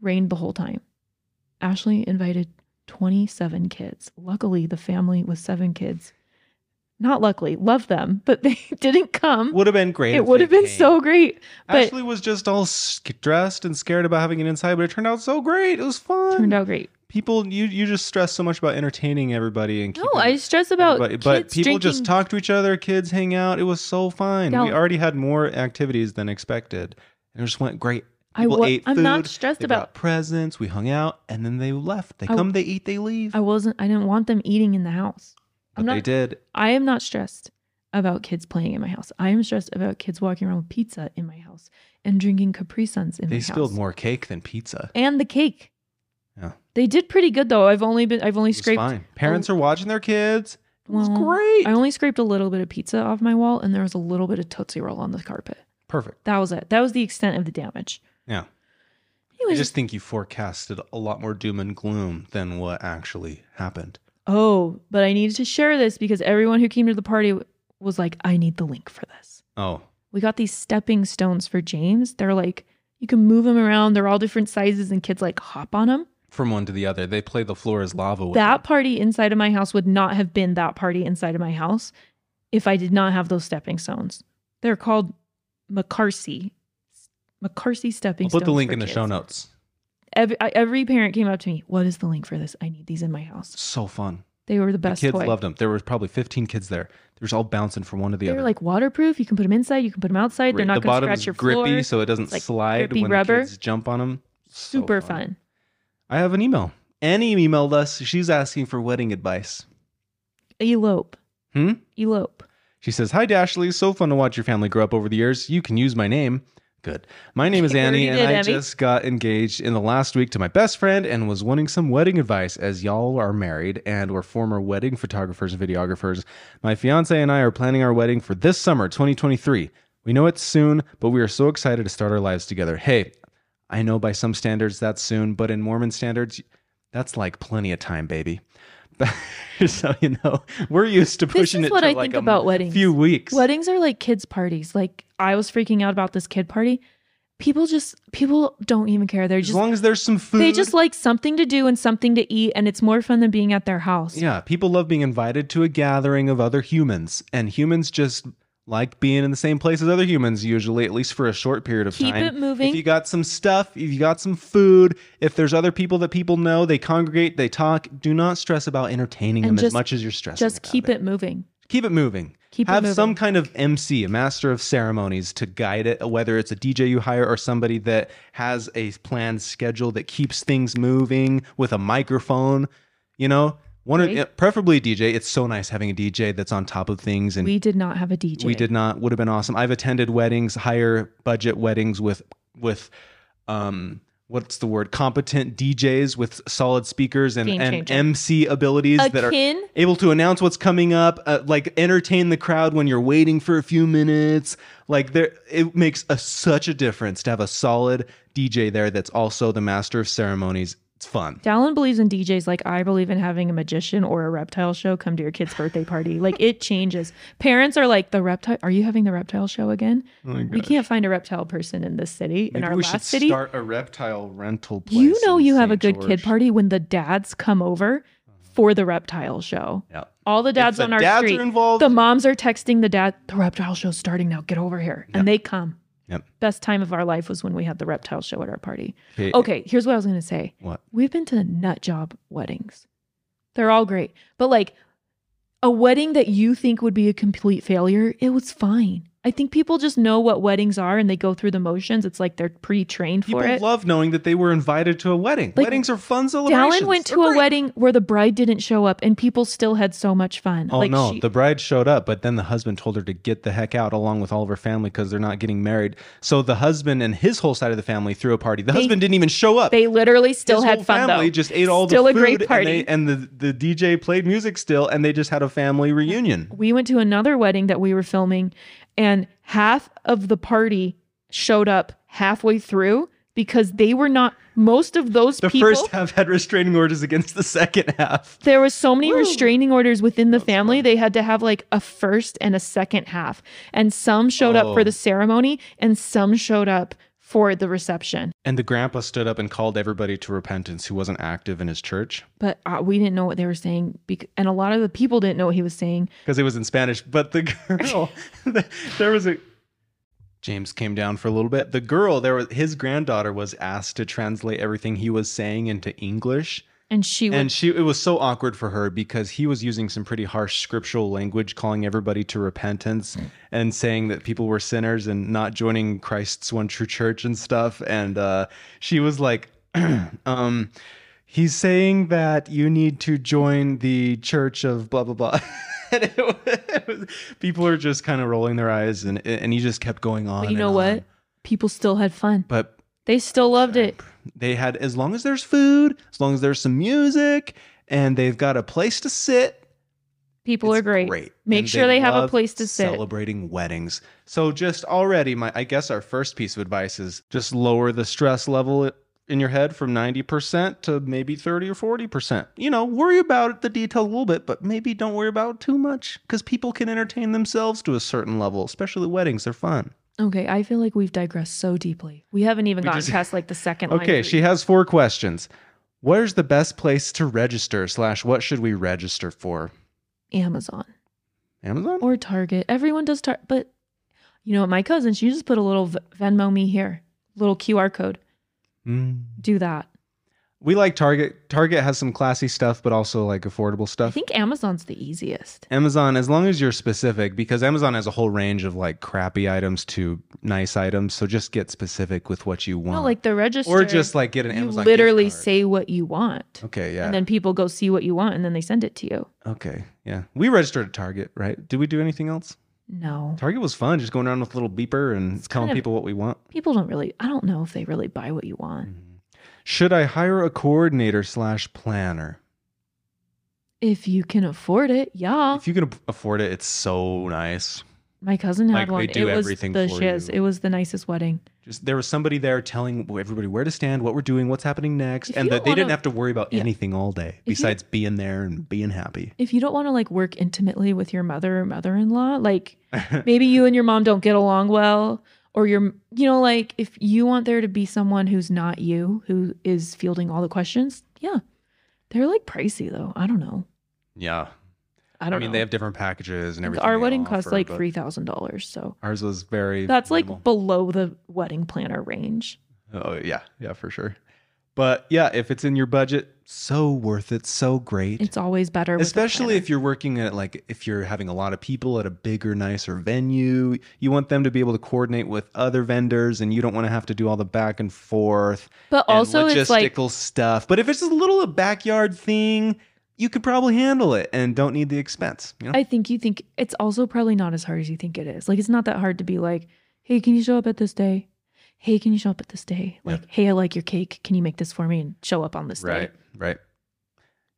Speaker 2: Rained the whole time. Ashley invited 27 kids. Luckily, the family with seven kids Not luckily, love them, but they didn't come.
Speaker 1: Would have been great.
Speaker 2: it
Speaker 1: if
Speaker 2: would
Speaker 1: they
Speaker 2: have been
Speaker 1: came.
Speaker 2: so great. But
Speaker 1: Ashley was just all stressed and scared about having it inside, but it turned out so great. It was fun.
Speaker 2: turned out great.
Speaker 1: people, you you just stress so much about entertaining everybody and
Speaker 2: No,
Speaker 1: keeping
Speaker 2: I stress about
Speaker 1: everybody- but
Speaker 2: kids
Speaker 1: people just
Speaker 2: drinking-
Speaker 1: talk to each other. Kids hang out. It was so fun.
Speaker 2: No.
Speaker 1: We already had more activities than expected, and it just went great.
Speaker 2: I
Speaker 1: People
Speaker 2: wa-
Speaker 1: ate
Speaker 2: I'm
Speaker 1: food,
Speaker 2: not stressed
Speaker 1: they got
Speaker 2: about.
Speaker 1: presents. We hung out, and then they left. They
Speaker 2: I-
Speaker 1: come, they eat, they leave.
Speaker 2: I wasn't. I didn't want them eating in the house.
Speaker 1: but
Speaker 2: I'm
Speaker 1: they
Speaker 2: not.
Speaker 1: did.
Speaker 2: I am not stressed about kids playing in my house. I am stressed about kids walking around with pizza in my house and drinking Capri Suns in my
Speaker 1: They
Speaker 2: house.
Speaker 1: spilled more cake than pizza.
Speaker 2: And the cake.
Speaker 1: Yeah.
Speaker 2: They did pretty good though. I've only been. I've only
Speaker 1: It was
Speaker 2: scraped.
Speaker 1: fine. Parents are watching their kids. It was
Speaker 2: Well,
Speaker 1: great.
Speaker 2: I only scraped a little bit of pizza off my wall, and there was a little bit of tootsie roll on the carpet.
Speaker 1: Perfect.
Speaker 2: That was it. That was the extent of the damage.
Speaker 1: Yeah. I
Speaker 2: Anyways,
Speaker 1: just think you forecasted a lot more doom and gloom than what actually happened.
Speaker 2: oh, but I needed to share this because everyone who came to the party w- was like, "I need the link for this."
Speaker 1: Oh,
Speaker 2: We got these stepping stones for James. They're like you can move them around. They're all different sizes, and kids like hop on them.
Speaker 1: from one to the other, they play the floor is lava. With
Speaker 2: That party inside of my house would not have been that party inside of my house if I did not have those stepping stones. They're called McCarcy. McCarcy
Speaker 1: it.
Speaker 2: stepping
Speaker 1: I'll
Speaker 2: stones.
Speaker 1: put the link
Speaker 2: for
Speaker 1: in the
Speaker 2: kids.
Speaker 1: show notes.
Speaker 2: Every, I- every parent came up to me, What is the link for this? I need these in my house.
Speaker 1: So fun.
Speaker 2: They were the best
Speaker 1: the kids
Speaker 2: toy.
Speaker 1: loved them. There was probably 15 kids there. They were just all bouncing from one to the
Speaker 2: they
Speaker 1: other.
Speaker 2: were like waterproof. You can put them inside, you can put them outside.
Speaker 1: Great.
Speaker 2: They're not
Speaker 1: the
Speaker 2: going to
Speaker 1: bottom's
Speaker 2: scratch your
Speaker 1: grippy,
Speaker 2: floor.
Speaker 1: so it doesn't
Speaker 2: It's like
Speaker 1: slide
Speaker 2: grippy
Speaker 1: when
Speaker 2: rubber.
Speaker 1: kids jump on them. So
Speaker 2: Super fun.
Speaker 1: I have an email. Annie emailed us. She's asking for wedding advice.
Speaker 2: Elope.
Speaker 1: Hmm?
Speaker 2: Elope.
Speaker 1: She says, Hi, Dashley. So fun to watch your family grow up over the years. You can use my name. Good. My name is
Speaker 2: You
Speaker 1: Annie,
Speaker 2: already
Speaker 1: and
Speaker 2: did,
Speaker 1: I
Speaker 2: Abby.
Speaker 1: just got engaged in the last week to my best friend and was wanting some wedding advice as y'all are married and were former wedding photographers and videographers. My fiance and I are planning our wedding for this summer, 2023. We know it's soon, but we are so excited to start our lives together. Hey, I know by some standards that's soon, but in Mormon standards, that's like plenty of time, baby. so you know, we're used to pushing
Speaker 2: is
Speaker 1: it
Speaker 2: what
Speaker 1: to
Speaker 2: I
Speaker 1: like
Speaker 2: think
Speaker 1: a
Speaker 2: about weddings.
Speaker 1: few weeks.
Speaker 2: Weddings are like kids' parties. Like, I was freaking out about this kid party. People just, people don't even care. They're
Speaker 1: as
Speaker 2: just,
Speaker 1: long as there's some food.
Speaker 2: they just like something to do and something to eat, and it's more fun than being at their house.
Speaker 1: yeah, people love being invited to a gathering of other humans, and humans just like being in the same place as other humans usually, at least for a short period of
Speaker 2: Keep
Speaker 1: time.
Speaker 2: it moving.
Speaker 1: If you got some stuff, if you got some food, if there's other people that people know, they congregate, they talk. Do not stress about entertaining
Speaker 2: And
Speaker 1: them as
Speaker 2: just-
Speaker 1: much as you're stressing.
Speaker 2: just
Speaker 1: about
Speaker 2: keep it moving.
Speaker 1: Keep it moving.
Speaker 2: Keep it
Speaker 1: Have
Speaker 2: moving.
Speaker 1: some kind of MC, a master of ceremonies, to guide it. Whether it's a DJ you hire or somebody that has a planned schedule that keeps things moving with a microphone, you know, one of- eh,
Speaker 2: Right.
Speaker 1: preferably a DJ. It's so nice having a DJ that's on top of things, and we,
Speaker 2: We did not have a DJ.
Speaker 1: did not would have been awesome. I've attended weddings, higher budget weddings with with um what's the word competent DJs with solid speakers and,
Speaker 2: Game
Speaker 1: and
Speaker 2: changer.
Speaker 1: MC abilities that are
Speaker 2: Akin
Speaker 1: able to announce what's coming up, uh, like entertain the crowd when you're waiting for a few minutes. Like there, it makes a, such a difference to have a solid DJ there that's also the master of ceremonies. It's fun.
Speaker 2: Dallin believes in DJs like I believe in having a magician or a reptile show come to your kid's birthday party. Like it changes. Parents are like the reptile. Are you having the reptile show again? we can't find a reptile person in this city. in
Speaker 1: Maybe
Speaker 2: our
Speaker 1: we should
Speaker 2: last city,
Speaker 1: start a reptile rental place.
Speaker 2: you know
Speaker 1: in
Speaker 2: you have a
Speaker 1: St.
Speaker 2: good
Speaker 1: George. Mm-hmm.
Speaker 2: kid party when the dads come over for the reptile show.
Speaker 1: Yeah.
Speaker 2: All the dads
Speaker 1: If the
Speaker 2: on our
Speaker 1: dads
Speaker 2: street.
Speaker 1: are involved.
Speaker 2: the moms are texting the dad. The reptile show's starting now. Get over here, and they come.
Speaker 1: Yep.
Speaker 2: Best time of our life was when we had the reptile show at our party.
Speaker 1: Okay.
Speaker 2: Okay, here's what I was gonna say.
Speaker 1: What?
Speaker 2: We've been to nut job weddings. They're all great. But like a wedding that you think would be a complete failure, it was fine. I think people just know what weddings are and they go through the motions. It's like they're pre-trained
Speaker 1: People
Speaker 2: for it.
Speaker 1: love knowing that they were invited to a wedding.
Speaker 2: Like,
Speaker 1: Weddings are fun celebrations.
Speaker 2: Dallin went
Speaker 1: They're
Speaker 2: to a
Speaker 1: great.
Speaker 2: wedding where the bride didn't show up and people still had so much fun.
Speaker 1: Oh
Speaker 2: like
Speaker 1: no,
Speaker 2: she,
Speaker 1: the bride showed up, but then the husband told her to get the heck out along with all of her family because they're not getting married. So the husband and his whole side of the family threw a party. The husband didn't even show up.
Speaker 2: they literally still
Speaker 1: his
Speaker 2: had
Speaker 1: whole
Speaker 2: fun
Speaker 1: family
Speaker 2: though.
Speaker 1: just ate all
Speaker 2: Still
Speaker 1: the
Speaker 2: a
Speaker 1: food
Speaker 2: great party.
Speaker 1: and, they, and the, the DJ played music still and they just had a family reunion.
Speaker 2: we went to another wedding that we were filming and half of the party showed up halfway through because they were not most of those
Speaker 1: The
Speaker 2: people
Speaker 1: first half had restraining orders against the second half.
Speaker 2: there was so many restraining orders within the family they had to have like a first and a second half and some showed up
Speaker 1: Oh.
Speaker 2: for the ceremony and some showed up for the reception.
Speaker 1: And the grandpa stood up and called everybody to repentance who wasn't active in his church
Speaker 2: But uh, we didn't know what they were saying, bec- and a lot of the people didn't know what he was saying.
Speaker 1: because it was in Spanish. But the girl, there was a. James came down for a little bit. The girl, there was his granddaughter was asked to translate everything he was saying into English.
Speaker 2: And she would,
Speaker 1: and she it was so awkward for her because he was using some pretty harsh scriptural language calling everybody to repentance and saying that people were sinners and not joining christ's one true church and stuff and uh, she was like um he's saying that you need to join the church of blah blah blah and it was, people are just kind of rolling their eyes and and he just kept going on
Speaker 2: but you
Speaker 1: and
Speaker 2: know what?
Speaker 1: on.
Speaker 2: People still had fun.
Speaker 1: but
Speaker 2: They still loved it.
Speaker 1: they had as long as there's food, as long as there's some music, and they've got a place to sit.
Speaker 2: People
Speaker 1: it's
Speaker 2: are great. Make
Speaker 1: And
Speaker 2: sure they have a
Speaker 1: love
Speaker 2: place to sit.
Speaker 1: Celebrating weddings. So just already, my I guess our first piece of advice is just lower the stress level in your head from ninety percent to maybe thirty or forty percent. You know, worry about the detail a little bit, but maybe don't worry about it too much because people can entertain themselves to a certain level, especially at weddings. They're fun.
Speaker 2: Okay, I feel like we've digressed so deeply. We haven't even
Speaker 1: We
Speaker 2: gotten
Speaker 1: just-
Speaker 2: past like the second line.
Speaker 1: Okay,
Speaker 2: for-
Speaker 1: she has four questions. Where's the best place to register? Slash, what should we register for?
Speaker 2: Amazon
Speaker 1: Amazon?
Speaker 2: or Target. Everyone does Target, but you know, my cousin, she just put a little v- Venmo me here, little QR code.
Speaker 1: Mm.
Speaker 2: Do that.
Speaker 1: We like Target. Target has some classy stuff, but also like affordable
Speaker 2: I
Speaker 1: stuff.
Speaker 2: think Amazon's the easiest.
Speaker 1: Amazon, as long as you're specific, because Amazon has a whole range of like crappy items to nice items. So just get specific with what you want.
Speaker 2: No, like the register.
Speaker 1: or just like get an
Speaker 2: you
Speaker 1: Amazon. gift
Speaker 2: literally
Speaker 1: card.
Speaker 2: say what you want,
Speaker 1: Okay, yeah.
Speaker 2: and then people go see what you want, and then they send it to you.
Speaker 1: okay, yeah. We registered at Target, right? Did we do anything else?
Speaker 2: No,
Speaker 1: Target was fun, just going around with a little beeper and telling
Speaker 2: kind of-
Speaker 1: people what we want.
Speaker 2: people don't really. I don't know if they really buy what you
Speaker 1: Mm.
Speaker 2: want.
Speaker 1: Mm-hmm. Should I hire a coordinator slash planner?
Speaker 2: If you can afford it, yeah.
Speaker 1: If you can afford it, it's so nice.
Speaker 2: My cousin
Speaker 1: Like,
Speaker 2: had
Speaker 1: they
Speaker 2: one.
Speaker 1: do
Speaker 2: it was
Speaker 1: everything
Speaker 2: the
Speaker 1: for
Speaker 2: shiz.
Speaker 1: you.
Speaker 2: It was the nicest wedding.
Speaker 1: Just there was somebody there telling everybody where to stand, what we're doing, what's happening next,
Speaker 2: If
Speaker 1: and
Speaker 2: you
Speaker 1: that
Speaker 2: don't
Speaker 1: they didn't
Speaker 2: wanna-
Speaker 1: have to worry about
Speaker 2: Yeah.
Speaker 1: anything all day
Speaker 2: you-
Speaker 1: besides being there and being happy.
Speaker 2: If you don't want to like work intimately with your mother or mother-in-law, like maybe you and your mom don't get along well or you're you know like if you want there to be someone who's not you who is fielding all the questions, yeah. They're like pricey though. I don't know.
Speaker 1: Yeah,
Speaker 2: I
Speaker 1: I,
Speaker 2: don't
Speaker 1: mean
Speaker 2: know.
Speaker 1: they have different packages and everything.
Speaker 2: Our
Speaker 1: they
Speaker 2: wedding
Speaker 1: offer,
Speaker 2: cost like
Speaker 1: but
Speaker 2: three thousand dollars, so
Speaker 1: Ours was very.
Speaker 2: that's like
Speaker 1: minimal.
Speaker 2: below the wedding planner range.
Speaker 1: Oh yeah, yeah for sure. But yeah, if it's in your budget, so worth it, so great.
Speaker 2: It's always better, with a
Speaker 1: especially
Speaker 2: planner.
Speaker 1: if you're working at like if you're having a lot of people at a bigger nicer venue you want them to be able to coordinate with other vendors and you don't want to have to do all the back and forth
Speaker 2: But
Speaker 1: and
Speaker 2: also,
Speaker 1: logistical
Speaker 2: it's like
Speaker 1: stuff but if it's a little a backyard thing you could probably handle it and don't need the expense you know
Speaker 2: I think you think it's also probably not as hard as you think it is. Like it's not that hard to be like, hey, can you show up at this day? Hey, can you show up at this day?
Speaker 1: Yeah.
Speaker 2: Like, hey, I like your cake. Can you make this for me and show up on this day?
Speaker 1: right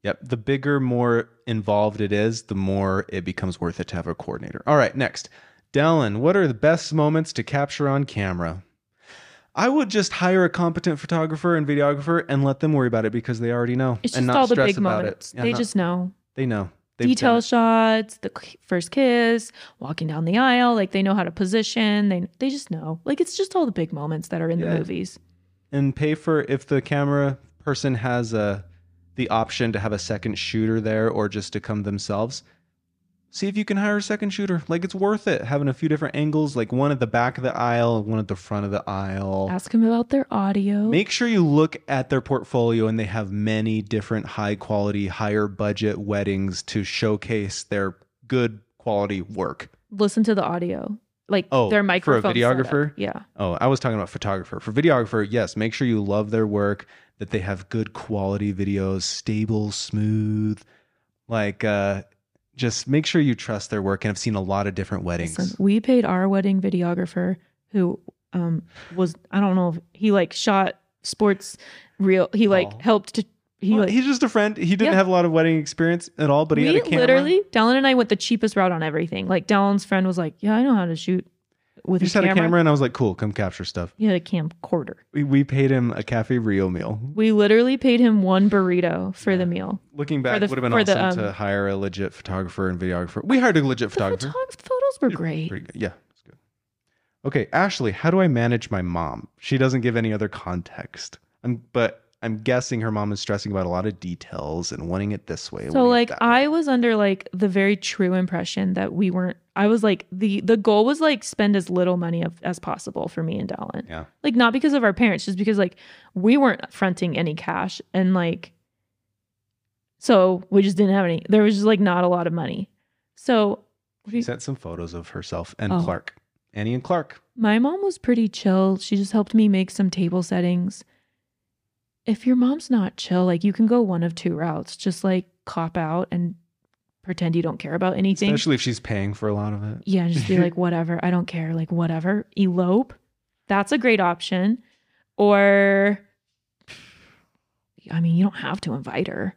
Speaker 1: yep the bigger more involved it is the more it becomes worth it to have a coordinator all right next Dallin, what are the best moments to capture on camera? I would just hire a competent photographer and videographer and let them worry about it because they already know
Speaker 2: It's
Speaker 1: and
Speaker 2: just
Speaker 1: not
Speaker 2: all the
Speaker 1: stress
Speaker 2: big
Speaker 1: about
Speaker 2: moments.
Speaker 1: it. Yeah,
Speaker 2: they
Speaker 1: not-
Speaker 2: just know
Speaker 1: they know They've done
Speaker 2: detail
Speaker 1: it.
Speaker 2: shots, the k- first kiss, walking down the aisle. Like they know how to position. They they just know. Like it's just all the big moments that are in
Speaker 1: Yeah.
Speaker 2: the movies.
Speaker 1: and pay for if the camera person has a the option to have a second shooter there or just to come themselves. See if you can hire a second shooter. Like it's worth it having a few different angles, like one at the back of the aisle, one at the front of the aisle.
Speaker 2: Ask them about their audio.
Speaker 1: Make sure you look at their portfolio and they have many different high quality, higher budget weddings to showcase their good quality work.
Speaker 2: Listen to the audio. Like
Speaker 1: Oh, for
Speaker 2: their
Speaker 1: a
Speaker 2: microphone. setup.
Speaker 1: videographer?
Speaker 2: Yeah.
Speaker 1: Oh, I was talking about photographer. For videographer, yes, make sure you love their work, that they have good quality videos, stable, smooth. Like uh just make sure you trust their work and I've seen a lot of different weddings.
Speaker 2: Listen, we paid our wedding videographer who um was I don't know if he like shot sports real he like
Speaker 1: Aw.
Speaker 2: helped to he
Speaker 1: Well,
Speaker 2: like
Speaker 1: he's just a friend. He didn't
Speaker 2: Yeah.
Speaker 1: have a lot of wedding experience at all, but he
Speaker 2: we
Speaker 1: had a camera.
Speaker 2: literally Dallin and I went the cheapest route on everything. Like Dallin's friend was like, Yeah, I know how to shoot with
Speaker 1: he
Speaker 2: his
Speaker 1: just had
Speaker 2: camera.
Speaker 1: a camera and I was like, cool, come capture stuff.
Speaker 2: He had a camcorder.
Speaker 1: We, we paid him a Cafe Rio meal.
Speaker 2: We literally paid him one burrito for
Speaker 1: Yeah.
Speaker 2: the meal.
Speaker 1: Looking back,
Speaker 2: the-
Speaker 1: would have been
Speaker 2: for
Speaker 1: awesome
Speaker 2: the,
Speaker 1: to
Speaker 2: um,
Speaker 1: hire a legit photographer and videographer. We hired a legit
Speaker 2: The
Speaker 1: photographer.
Speaker 2: photog- photos were great.
Speaker 1: Pretty good. Yeah, it's good. Okay, Ashley, how do I manage my mom? She doesn't give any other context. I'm, but I'm guessing her mom is stressing about a lot of details and wanting it this way.
Speaker 2: So
Speaker 1: wanting it
Speaker 2: like
Speaker 1: that way.
Speaker 2: I was under like the very true impression that we weren't I was like the the goal was like spend as little money of, as possible for me and Dallin.
Speaker 1: Yeah.
Speaker 2: Like not because of our parents, just because like we weren't fronting any cash and like so we just didn't have any there was just like not a lot of money. So
Speaker 1: She sent some photos of herself and
Speaker 2: Oh.
Speaker 1: Clark, Annie and Clark.
Speaker 2: my mom was pretty chill. She just helped me make some table settings. If your mom's not chill, like you can go one of two routes. Just like cop out and pretend you don't care about anything.
Speaker 1: Especially if she's paying for a lot of it.
Speaker 2: Yeah, just be like, whatever, I don't care, like, whatever, elope. That's a great option. Or, I mean, you don't have to invite her.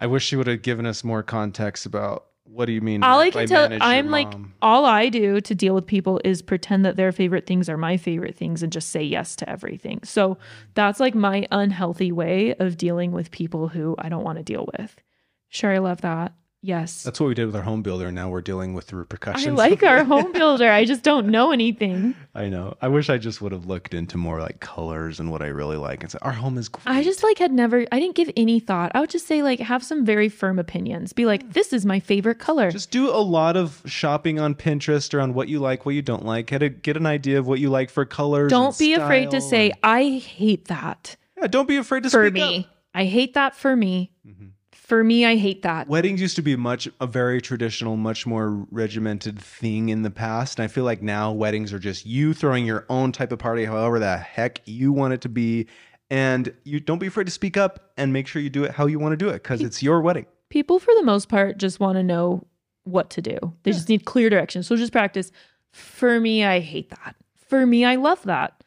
Speaker 1: I wish she would have given us more context about what do you mean?
Speaker 2: All I
Speaker 1: by
Speaker 2: can tell-
Speaker 1: manage your
Speaker 2: I'm like-
Speaker 1: mom?
Speaker 2: All I do to deal with people is pretend that their favorite things are my favorite things and just say yes to everything. So that's like my unhealthy way of dealing with people who I don't want to deal with. Sure, I love that. Yes.
Speaker 1: That's what we did with our home builder. and Now we're dealing with the
Speaker 2: I
Speaker 1: repercussions. of
Speaker 2: like our
Speaker 1: it.
Speaker 2: home builder. I just don't know anything.
Speaker 1: I know. I wish I just would have looked into more like colors and what I really like and said, our home is great.
Speaker 2: I just like had never I didn't give any thought. I would just say like have some very firm opinions. Be like, this is my favorite color.
Speaker 1: Just do a lot of shopping on Pinterest around what you like, what you don't like. Get a, get an idea of what you like for colors.
Speaker 2: Don't
Speaker 1: and
Speaker 2: be afraid to
Speaker 1: style
Speaker 2: say,
Speaker 1: and-
Speaker 2: I hate that
Speaker 1: yeah, don't be afraid to
Speaker 2: for
Speaker 1: speak
Speaker 2: me.
Speaker 1: up.
Speaker 2: I hate that for me.
Speaker 1: Mhm.
Speaker 2: For me, I hate that.
Speaker 1: Weddings used to be much a very traditional, much more regimented thing in the past, and I feel like now weddings are just you throwing your own type of party, however the heck you want it to be, and you don't be afraid to speak up and make sure you do it how you want to do it because it's your wedding.
Speaker 2: People for the most part just want to know what to do. They just need clear direction. So just practice. For me, I hate that. For me, I love that.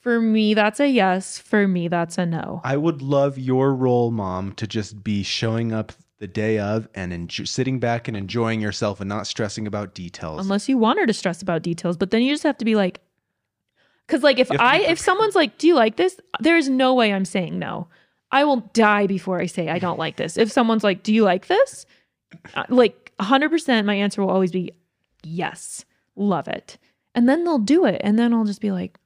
Speaker 2: for me, that's a yes. For me, that's a no.
Speaker 1: I would love your role, mom, to just be showing up the day of and enjo- sitting back and enjoying yourself and not stressing about details.
Speaker 2: unless you want her to stress about details but then you just have to be like because like if
Speaker 1: You have to
Speaker 2: i
Speaker 1: be
Speaker 2: if someone's like do you like this there's no way i'm saying no i will die before i say i don't like this if someone's like do you like this uh, like 100% my answer will always be yes love it and then they'll do it and then i'll just be like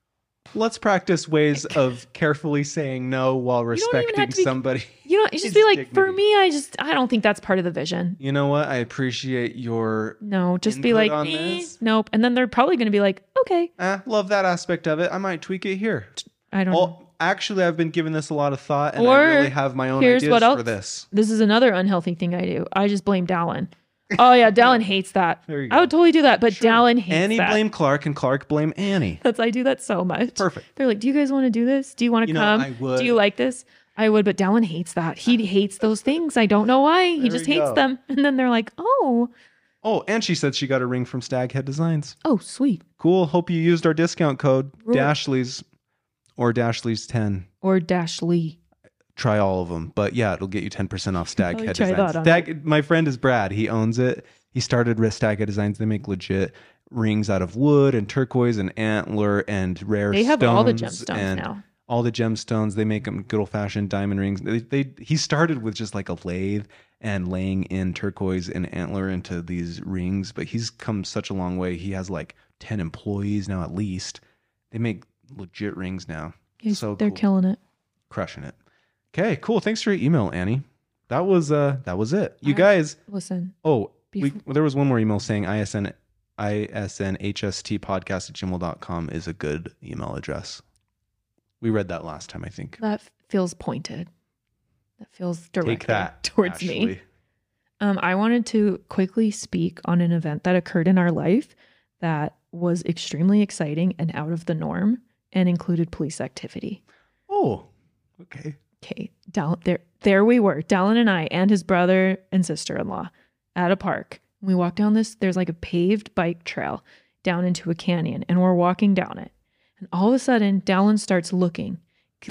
Speaker 1: Let's practice ways of carefully saying no while
Speaker 2: don't even have
Speaker 1: respecting
Speaker 2: to be-
Speaker 1: somebody.
Speaker 2: you know you just
Speaker 1: It's
Speaker 2: be like for
Speaker 1: dignity.
Speaker 2: me i just i don't think that's part of the vision
Speaker 1: You know what? I appreciate your
Speaker 2: no just be
Speaker 1: Input
Speaker 2: like
Speaker 1: on
Speaker 2: "Eh,
Speaker 1: this?
Speaker 2: nope and then they're probably going to be like okay
Speaker 1: eh, love that aspect of it. I might tweak it here.
Speaker 2: i don't know.
Speaker 1: Oh, actually, I've been giving this a lot of thought, and
Speaker 2: Or
Speaker 1: I really have my own
Speaker 2: here's
Speaker 1: ideas
Speaker 2: what
Speaker 1: for
Speaker 2: else-
Speaker 1: this.
Speaker 2: This is another unhealthy thing I do. I just blame Dallin. Oh yeah, Dallin hates that.
Speaker 1: There you go.
Speaker 2: I would totally do that, but Dallin hates
Speaker 1: Annie
Speaker 2: that.
Speaker 1: blame Clark, and Clark blame Annie.
Speaker 2: That's I do that so much.
Speaker 1: Perfect.
Speaker 2: They're like, "Do you guys want to do this? Do you want to
Speaker 1: You know,
Speaker 2: come?
Speaker 1: I would.
Speaker 2: Do you like this?" I would, but Dallin hates that. He hates those things. I don't know why. He
Speaker 1: There
Speaker 2: just
Speaker 1: we
Speaker 2: hates
Speaker 1: go.
Speaker 2: them. And then they're like, "Oh,
Speaker 1: Oh, and she said she got a ring from Staghead Designs.
Speaker 2: oh, sweet."
Speaker 1: Cool. Hope you used our discount code
Speaker 2: Right.
Speaker 1: Dashley's or Dashley's 10.
Speaker 2: Or Dash Lee.
Speaker 1: Try all of them, but yeah, it'll get you 10% off Stag
Speaker 2: probably
Speaker 1: Head
Speaker 2: try
Speaker 1: Designs.
Speaker 2: that on.
Speaker 1: Stag, my friend is Brad. He owns it. He started with Stag Head Designs. They make legit rings out of wood and turquoise and antler and rare
Speaker 2: They have all the
Speaker 1: stones
Speaker 2: gemstones
Speaker 1: and
Speaker 2: now.
Speaker 1: all the gemstones. They make them good old fashioned diamond rings. They, they he started with just like a lathe and laying in turquoise and antler into these rings, but he's come such a long way. He has like ten employees now at least. They make legit rings now,
Speaker 2: Yes,
Speaker 1: so
Speaker 2: they're
Speaker 1: cool.
Speaker 2: killing it.
Speaker 1: crushing it. Okay, cool. Thanks for your email, Annie. That was uh that was it. You
Speaker 2: All right.
Speaker 1: guys.
Speaker 2: Listen,
Speaker 1: Oh, we,
Speaker 2: Before-
Speaker 1: well, there was one more email saying ISN ISNHST podcast at gmail.com is a good email address. We read that last time, I think.
Speaker 2: that feels pointed. That feels directed
Speaker 1: Take that
Speaker 2: towards me.
Speaker 1: Ashley.
Speaker 2: Um, I wanted to quickly speak on an event that occurred in our life that was extremely exciting and out of the norm and included police activity.
Speaker 1: Oh, okay.
Speaker 2: Okay, Dal- there, there we were, Dallin and I and his brother and sister in law at a park. We walked down this, there's like a paved bike trail down into a canyon, and we're walking down it. And all of a sudden, Dallin starts looking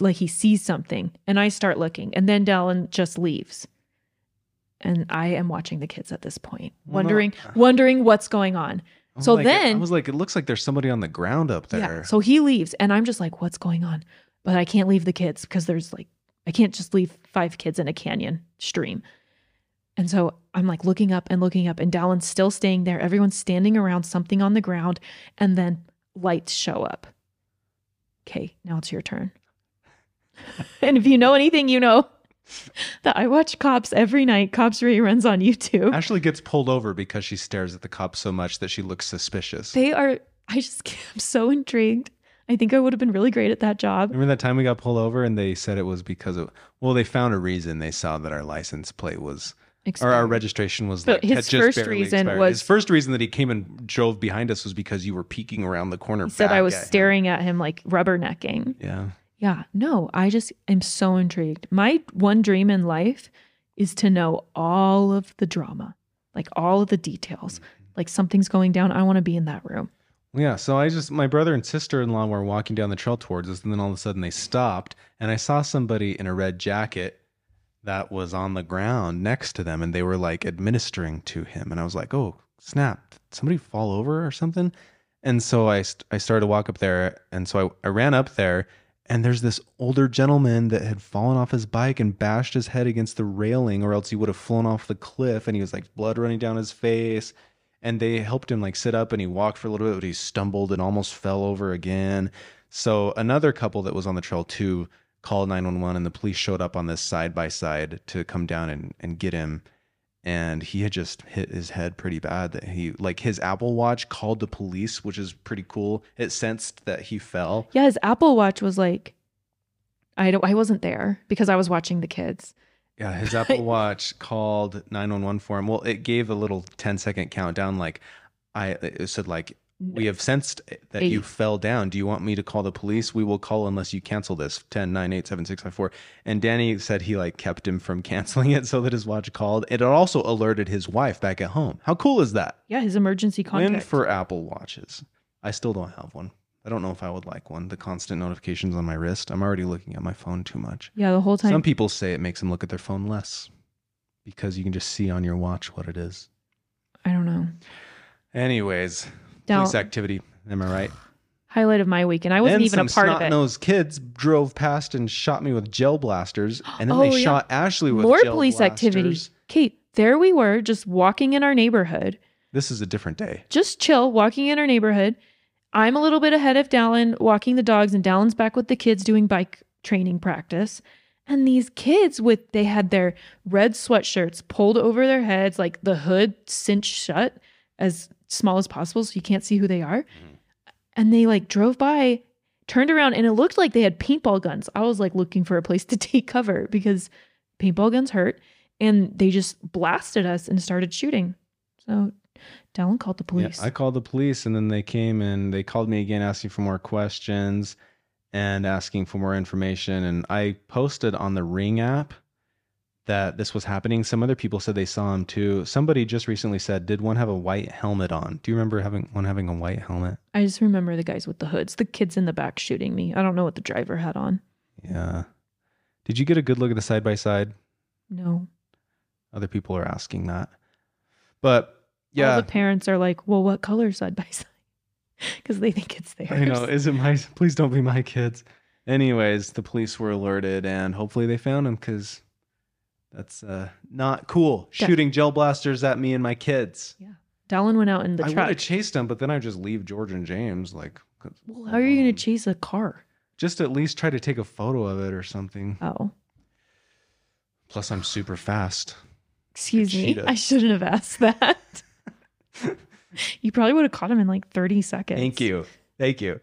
Speaker 2: like he sees something, and I start looking, and then Dallin just leaves. And I am watching the kids at this point,
Speaker 1: Well, no.
Speaker 2: wondering, wondering what's going on.
Speaker 1: I was
Speaker 2: So
Speaker 1: like-
Speaker 2: then-
Speaker 1: I was like, it looks like there's somebody on the ground up there.
Speaker 2: Yeah. So he leaves, and I'm just like, what's going on? But I can't leave the kids because there's like, I can't just leave five kids in a canyon stream. And so I'm like looking up and looking up, and Dallin's still staying there. Everyone's standing around something on the ground. And then lights show up. Okay, now it's your turn. and if you know anything, you know that I watch Cops every night. Cops reruns on YouTube.
Speaker 1: Ashley gets pulled over because she stares at the cop so much that she looks suspicious.
Speaker 2: They are. I just. I'm so intrigued. I think I would have been really great at that job.
Speaker 1: Remember that time we got pulled over and they said it was because of well, they found a reason. They saw that our license plate was or our
Speaker 2: Experiment.
Speaker 1: registration was like
Speaker 2: But his
Speaker 1: had just
Speaker 2: first
Speaker 1: barely
Speaker 2: reason
Speaker 1: expired.
Speaker 2: was-
Speaker 1: his first reason that he came and drove behind us was because you were peeking around the corner.
Speaker 2: He said
Speaker 1: back
Speaker 2: I was
Speaker 1: at him.
Speaker 2: staring at him like rubbernecking.
Speaker 1: Yeah.
Speaker 2: Yeah, no, I just am so intrigued. My one dream in life is to know all of the drama, like all of the details. Like something's going down. I want to be in that room.
Speaker 1: Yeah, so I just my brother and sister in law were walking down the trail towards us, and then all of a sudden they stopped, and I saw somebody in a red jacket that was on the ground next to them, and they were like administering to him, and I was like, "Oh snap! Did somebody fall over or something?" And so I st- I started to walk up there, and so I, I ran up there, and there's this older gentleman that had fallen off his bike and bashed his head against the railing, or else he would have flown off the cliff, and he was like blood running down his face and they helped him like sit up and he walked for a little bit but he stumbled and almost fell over again so another couple that was on the trail too called 911 and the police showed up on this side by side to come down and, and get him and he had just hit his head pretty bad that he like his apple watch called the police which is pretty cool it sensed that he fell
Speaker 2: Yeah, his Apple Watch was like, I don't, I wasn't there because I was watching the kids.
Speaker 1: Yeah, his Apple Watch called 911 for him. Well, it gave a little 10 second countdown. Like, I it said, like, we have sensed that you
Speaker 2: Eight.
Speaker 1: fell down. Do you want me to call the police? We will call unless you cancel this 10, 9, 8, 7, 6, 5, 4. And Danny said he, like, kept him from canceling it so that his watch called. It also alerted his wife back at home. How cool is that?
Speaker 2: Yeah, his emergency contact.
Speaker 1: Win for Apple Watches. I still don't have one. I don't know if I would like one. The constant notifications on my wrist. I'm already looking at my phone too much.
Speaker 2: yeah, the whole time.
Speaker 1: Some people say it makes them look at their phone less because you can just see on your watch what it is.
Speaker 2: I don't know.
Speaker 1: Anyways,
Speaker 2: Now,
Speaker 1: police activity. Am I right?
Speaker 2: highlight of my weekend. I wasn't
Speaker 1: then
Speaker 2: even a
Speaker 1: some
Speaker 2: part of it.
Speaker 1: snot-nosed kids drove past and shot me with gel blasters, and then
Speaker 2: Oh,
Speaker 1: they
Speaker 2: yeah.
Speaker 1: shot Ashley with
Speaker 2: More
Speaker 1: gel
Speaker 2: police activity.
Speaker 1: blasters.
Speaker 2: Kate, there we were, just walking in our neighborhood,
Speaker 1: This is a different day.
Speaker 2: just chill, walking in our neighborhood. I'm a little bit ahead of Dallin, walking the dogs, and Dallin's back with the kids doing bike training practice. And these kids with they had their red sweatshirts pulled over their heads, like the hood cinched shut as small as possible, so you can't see who they are.
Speaker 1: Mm-hmm.
Speaker 2: And they like drove by, turned around, and it looked like they had paintball guns. I was like looking for a place to take cover because paintball guns hurt. And they just blasted us and started shooting. So Dallin called the
Speaker 1: Yeah,
Speaker 2: police.
Speaker 1: I called the police, and then they came and they called me again, asking for more questions and asking for more information. And I posted on the Ring app that this was happening. Some other people said they saw him too. Somebody just recently said, "Did one have a white helmet on?" Do you remember having one having a white helmet?
Speaker 2: I just remember the guys with the hoods, the kids in the back shooting me. I don't know what the driver had on.
Speaker 1: Yeah. Did you get a good look at the side by side?
Speaker 2: No.
Speaker 1: Other people are asking that, but
Speaker 2: All
Speaker 1: yeah,
Speaker 2: the parents are like, well, what color side by side? Because they think it's theirs.
Speaker 1: I know. Is it my? Please don't be my kids. Anyways, the police were alerted, and hopefully they found him because that's uh, not cool.
Speaker 2: Yeah.
Speaker 1: Shooting gel blasters at me and my kids.
Speaker 2: Dallin went out in the
Speaker 1: I would
Speaker 2: truck.
Speaker 1: have chased him, but then I just leave George and James. Like, 'cause-
Speaker 2: Well, how are you going
Speaker 1: um,
Speaker 2: to chase a car?
Speaker 1: Just at least try to take a photo of it or something.
Speaker 2: Oh,
Speaker 1: Plus, I'm super fast.
Speaker 2: excuse me.
Speaker 1: cheetah.
Speaker 2: I shouldn't have asked that. you probably would have caught him in like 30 seconds.
Speaker 1: Thank you. Thank you.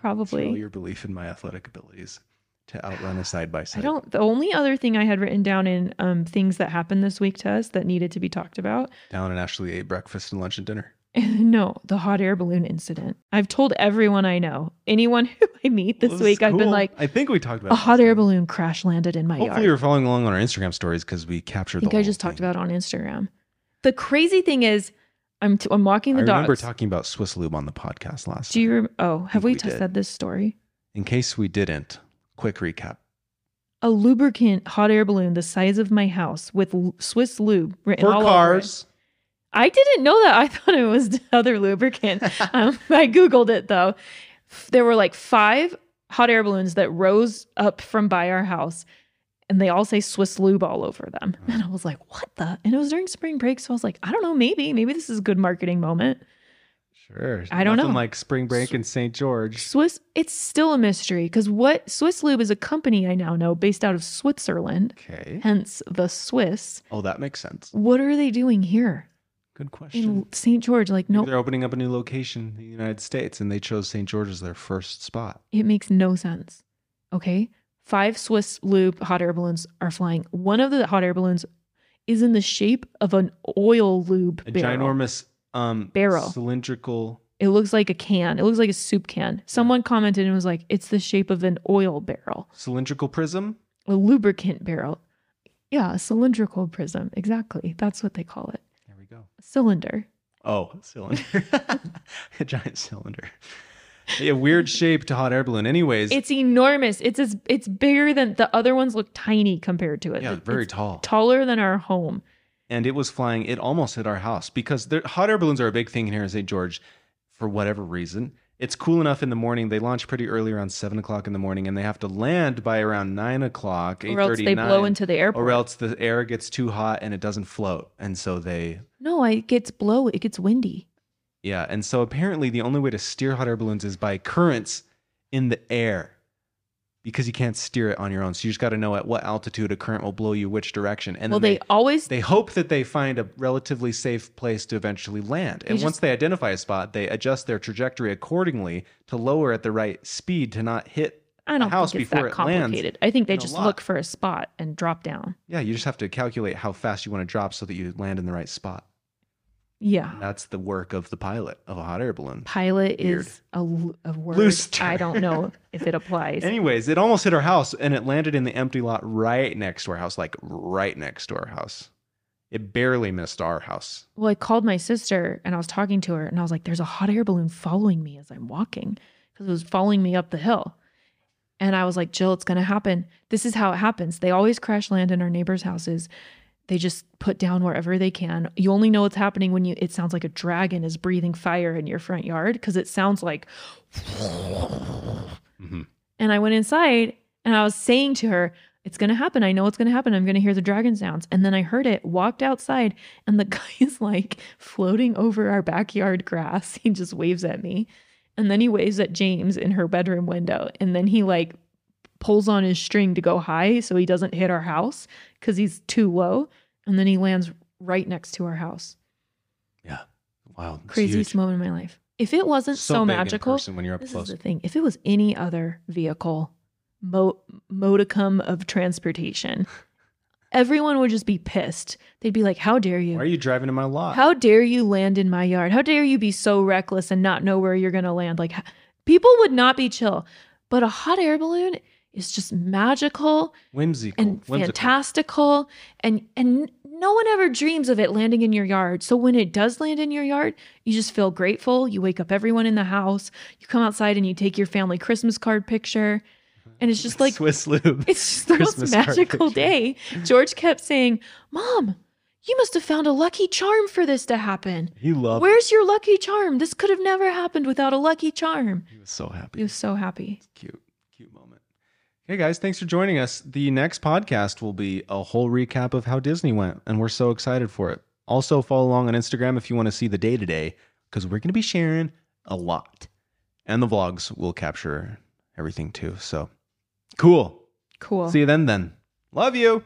Speaker 1: For all
Speaker 2: Probably.
Speaker 1: your belief in my athletic abilities to outrun a side by
Speaker 2: I
Speaker 1: side.
Speaker 2: don't. The only other thing I had written down in um, things that happened this week to us that needed to be talked about
Speaker 1: Down and Ashley ate breakfast and lunch and dinner.
Speaker 2: No, the hot air balloon incident. I've told everyone I know, anyone who I meet this
Speaker 1: Well, is
Speaker 2: week, I've been
Speaker 1: cool.
Speaker 2: like,
Speaker 1: I think we talked about
Speaker 2: a
Speaker 1: it
Speaker 2: hot
Speaker 1: last
Speaker 2: air
Speaker 1: time.
Speaker 2: balloon crash landed in my
Speaker 1: Hopefully,
Speaker 2: yard.
Speaker 1: you're following along on our Instagram stories because we captured.
Speaker 2: I think
Speaker 1: the
Speaker 2: I
Speaker 1: whole
Speaker 2: just talked
Speaker 1: thing.
Speaker 2: about it on Instagram. The crazy thing is, I'm t- I'm walking the
Speaker 1: I remember
Speaker 2: dogs.
Speaker 1: talking about Swiss Lube on the podcast last.
Speaker 2: Do
Speaker 1: time.
Speaker 2: you? Rem- oh, have
Speaker 1: think
Speaker 2: we
Speaker 1: we
Speaker 2: t-
Speaker 1: did.
Speaker 2: said this story?
Speaker 1: In case we didn't, quick recap.
Speaker 2: A lubricant hot air balloon the size of my house with l- Swiss lube written
Speaker 1: For
Speaker 2: all over it.
Speaker 1: cars,
Speaker 2: I didn't know that. I thought it was other lubricant. um, I Googled it though. F- There were like five hot air balloons that rose up from by our house and they all say Swiss lube all over them. And I was like, what the? And it was during spring break. So I was like, I don't know, maybe, maybe this is a good marketing moment.
Speaker 1: Sure.
Speaker 2: I don't
Speaker 1: Nothing
Speaker 2: know.
Speaker 1: Like spring break in St. George.
Speaker 2: Swiss, it's still a mystery because what Swiss Lube is a company I now know based out of Switzerland,
Speaker 1: Okay.
Speaker 2: hence the Swiss.
Speaker 1: Oh, that makes sense.
Speaker 2: What are they doing here
Speaker 1: Good question.
Speaker 2: in St. George? Like,
Speaker 1: Maybe
Speaker 2: no,
Speaker 1: They're opening up a new location in the United States, and they chose St. George as their first spot.
Speaker 2: it makes no sense. Okay. Five Swiss Lube hot air balloons are flying. One of the hot air balloons is in the shape of an oil lube
Speaker 1: A
Speaker 2: barrel.
Speaker 1: ginormous um,
Speaker 2: Barrel.
Speaker 1: cylindrical.
Speaker 2: It looks like a can. It looks like a soup can. Someone commented and was like, it's the shape of an oil barrel,
Speaker 1: Cylindrical prism?
Speaker 2: a lubricant barrel. Yeah, a cylindrical prism. Exactly. That's what they call it.
Speaker 1: There we go.
Speaker 2: A cylinder.
Speaker 1: Oh, cylinder. a giant cylinder. A weird shape to hot air balloon. Anyways,
Speaker 2: It's enormous. It's as it's bigger than the other ones look tiny compared to it.
Speaker 1: yeah,
Speaker 2: Like,
Speaker 1: very
Speaker 2: it's
Speaker 1: tall.
Speaker 2: taller than our home.
Speaker 1: and it was flying. It almost hit our house because there, hot air balloons are a big thing here in St. George for whatever reason. It's cool enough in the morning. They launch pretty early around seven o'clock in the morning, and they have to land by around nine o'clock, eight
Speaker 2: Or else they blow into the airport.
Speaker 1: or else the air gets too hot and it doesn't float. And so they,
Speaker 2: No, it gets blow. It gets windy.
Speaker 1: yeah. And so apparently the only way to steer hot air balloons is by currents in the air because you can't steer it on your own. So you just got to know at what altitude a current will blow you which direction. And
Speaker 2: well,
Speaker 1: then
Speaker 2: they, always
Speaker 1: they hope that they find a relatively safe place to eventually land. And
Speaker 2: just-
Speaker 1: once they identify a spot, they adjust their trajectory accordingly to lower at the right speed to not hit.
Speaker 2: I don't
Speaker 1: house
Speaker 2: think it's
Speaker 1: before
Speaker 2: that
Speaker 1: it lands
Speaker 2: complicated. I think they
Speaker 1: in a
Speaker 2: just
Speaker 1: lot.
Speaker 2: look for a spot and drop down.
Speaker 1: Yeah, you just have to calculate how fast you want to drop so that you land in the right spot.
Speaker 2: Yeah.
Speaker 1: That's the work of the pilot of a hot air balloon.
Speaker 2: Pilot
Speaker 1: Weird.
Speaker 2: is a, l- a word.
Speaker 1: Loose
Speaker 2: I
Speaker 1: term.
Speaker 2: don't know if it applies.
Speaker 1: Anyways, it almost hit our house and it landed in the empty lot right next to our house, like right next to our house. It barely missed our house.
Speaker 2: well, I called my sister and I was talking to her and I was like, there's a hot air balloon following me as I'm walking because it was following me up the hill. And I was like, Jill, it's going to happen. This is how it happens. They always crash land in our neighbors' houses. They just put down wherever they can. You only know it's happening when you it sounds like a dragon is breathing fire in your front yard because it sounds like
Speaker 1: Mhm.
Speaker 2: And I went inside and I was saying to her, It's going to happen. I know it's going to happen. I'm going to hear the dragon sounds. And then I heard it, walked outside, and the guy is like floating over our backyard grass. He just waves at me. And then he waves at James in her bedroom window. And then he like pulls on his string to go high so he doesn't hit our house because he's too low. And then he lands right next to our house.
Speaker 1: Wow. it's
Speaker 2: Craziest
Speaker 1: huge.
Speaker 2: moment in my life. If it wasn't so,
Speaker 1: big in
Speaker 2: magical,
Speaker 1: person when you're up
Speaker 2: this
Speaker 1: close.
Speaker 2: is the thing. If it was any other vehicle, mo- modicum of transportation, everyone would just be pissed. They'd be like, "How dare
Speaker 1: Why
Speaker 2: you?
Speaker 1: are you driving in my lot?
Speaker 2: How dare you land in my yard? How dare you be so reckless and not know where you're going to land?" Like h- people would not be chill. But a hot air balloon is just magical
Speaker 1: whimsical
Speaker 2: and
Speaker 1: whimsical.
Speaker 2: fantastical and and no one ever dreams of it landing in your yard so when it does land in your yard you just feel grateful you wake up everyone in the house you come outside and you take your family christmas card picture and it's just like
Speaker 1: Swiss lube.
Speaker 2: it's just the most
Speaker 1: Christmas card
Speaker 2: magical
Speaker 1: picture.
Speaker 2: day george kept saying mom you must have found a lucky charm for this to happen
Speaker 1: He loved. it.
Speaker 2: where's your lucky charm this could have never happened without a lucky charm
Speaker 1: He was so happy.
Speaker 2: he was so happy
Speaker 1: cute, cute moment. Hey guys, thanks for joining us. The next podcast will be a whole recap of how Disney went, and we're so excited for it. Also, follow along on Instagram if you want to see the day to day, because we're going to be sharing a lot, and the vlogs will capture everything too. So cool.
Speaker 2: cool
Speaker 1: See you then. Then love you.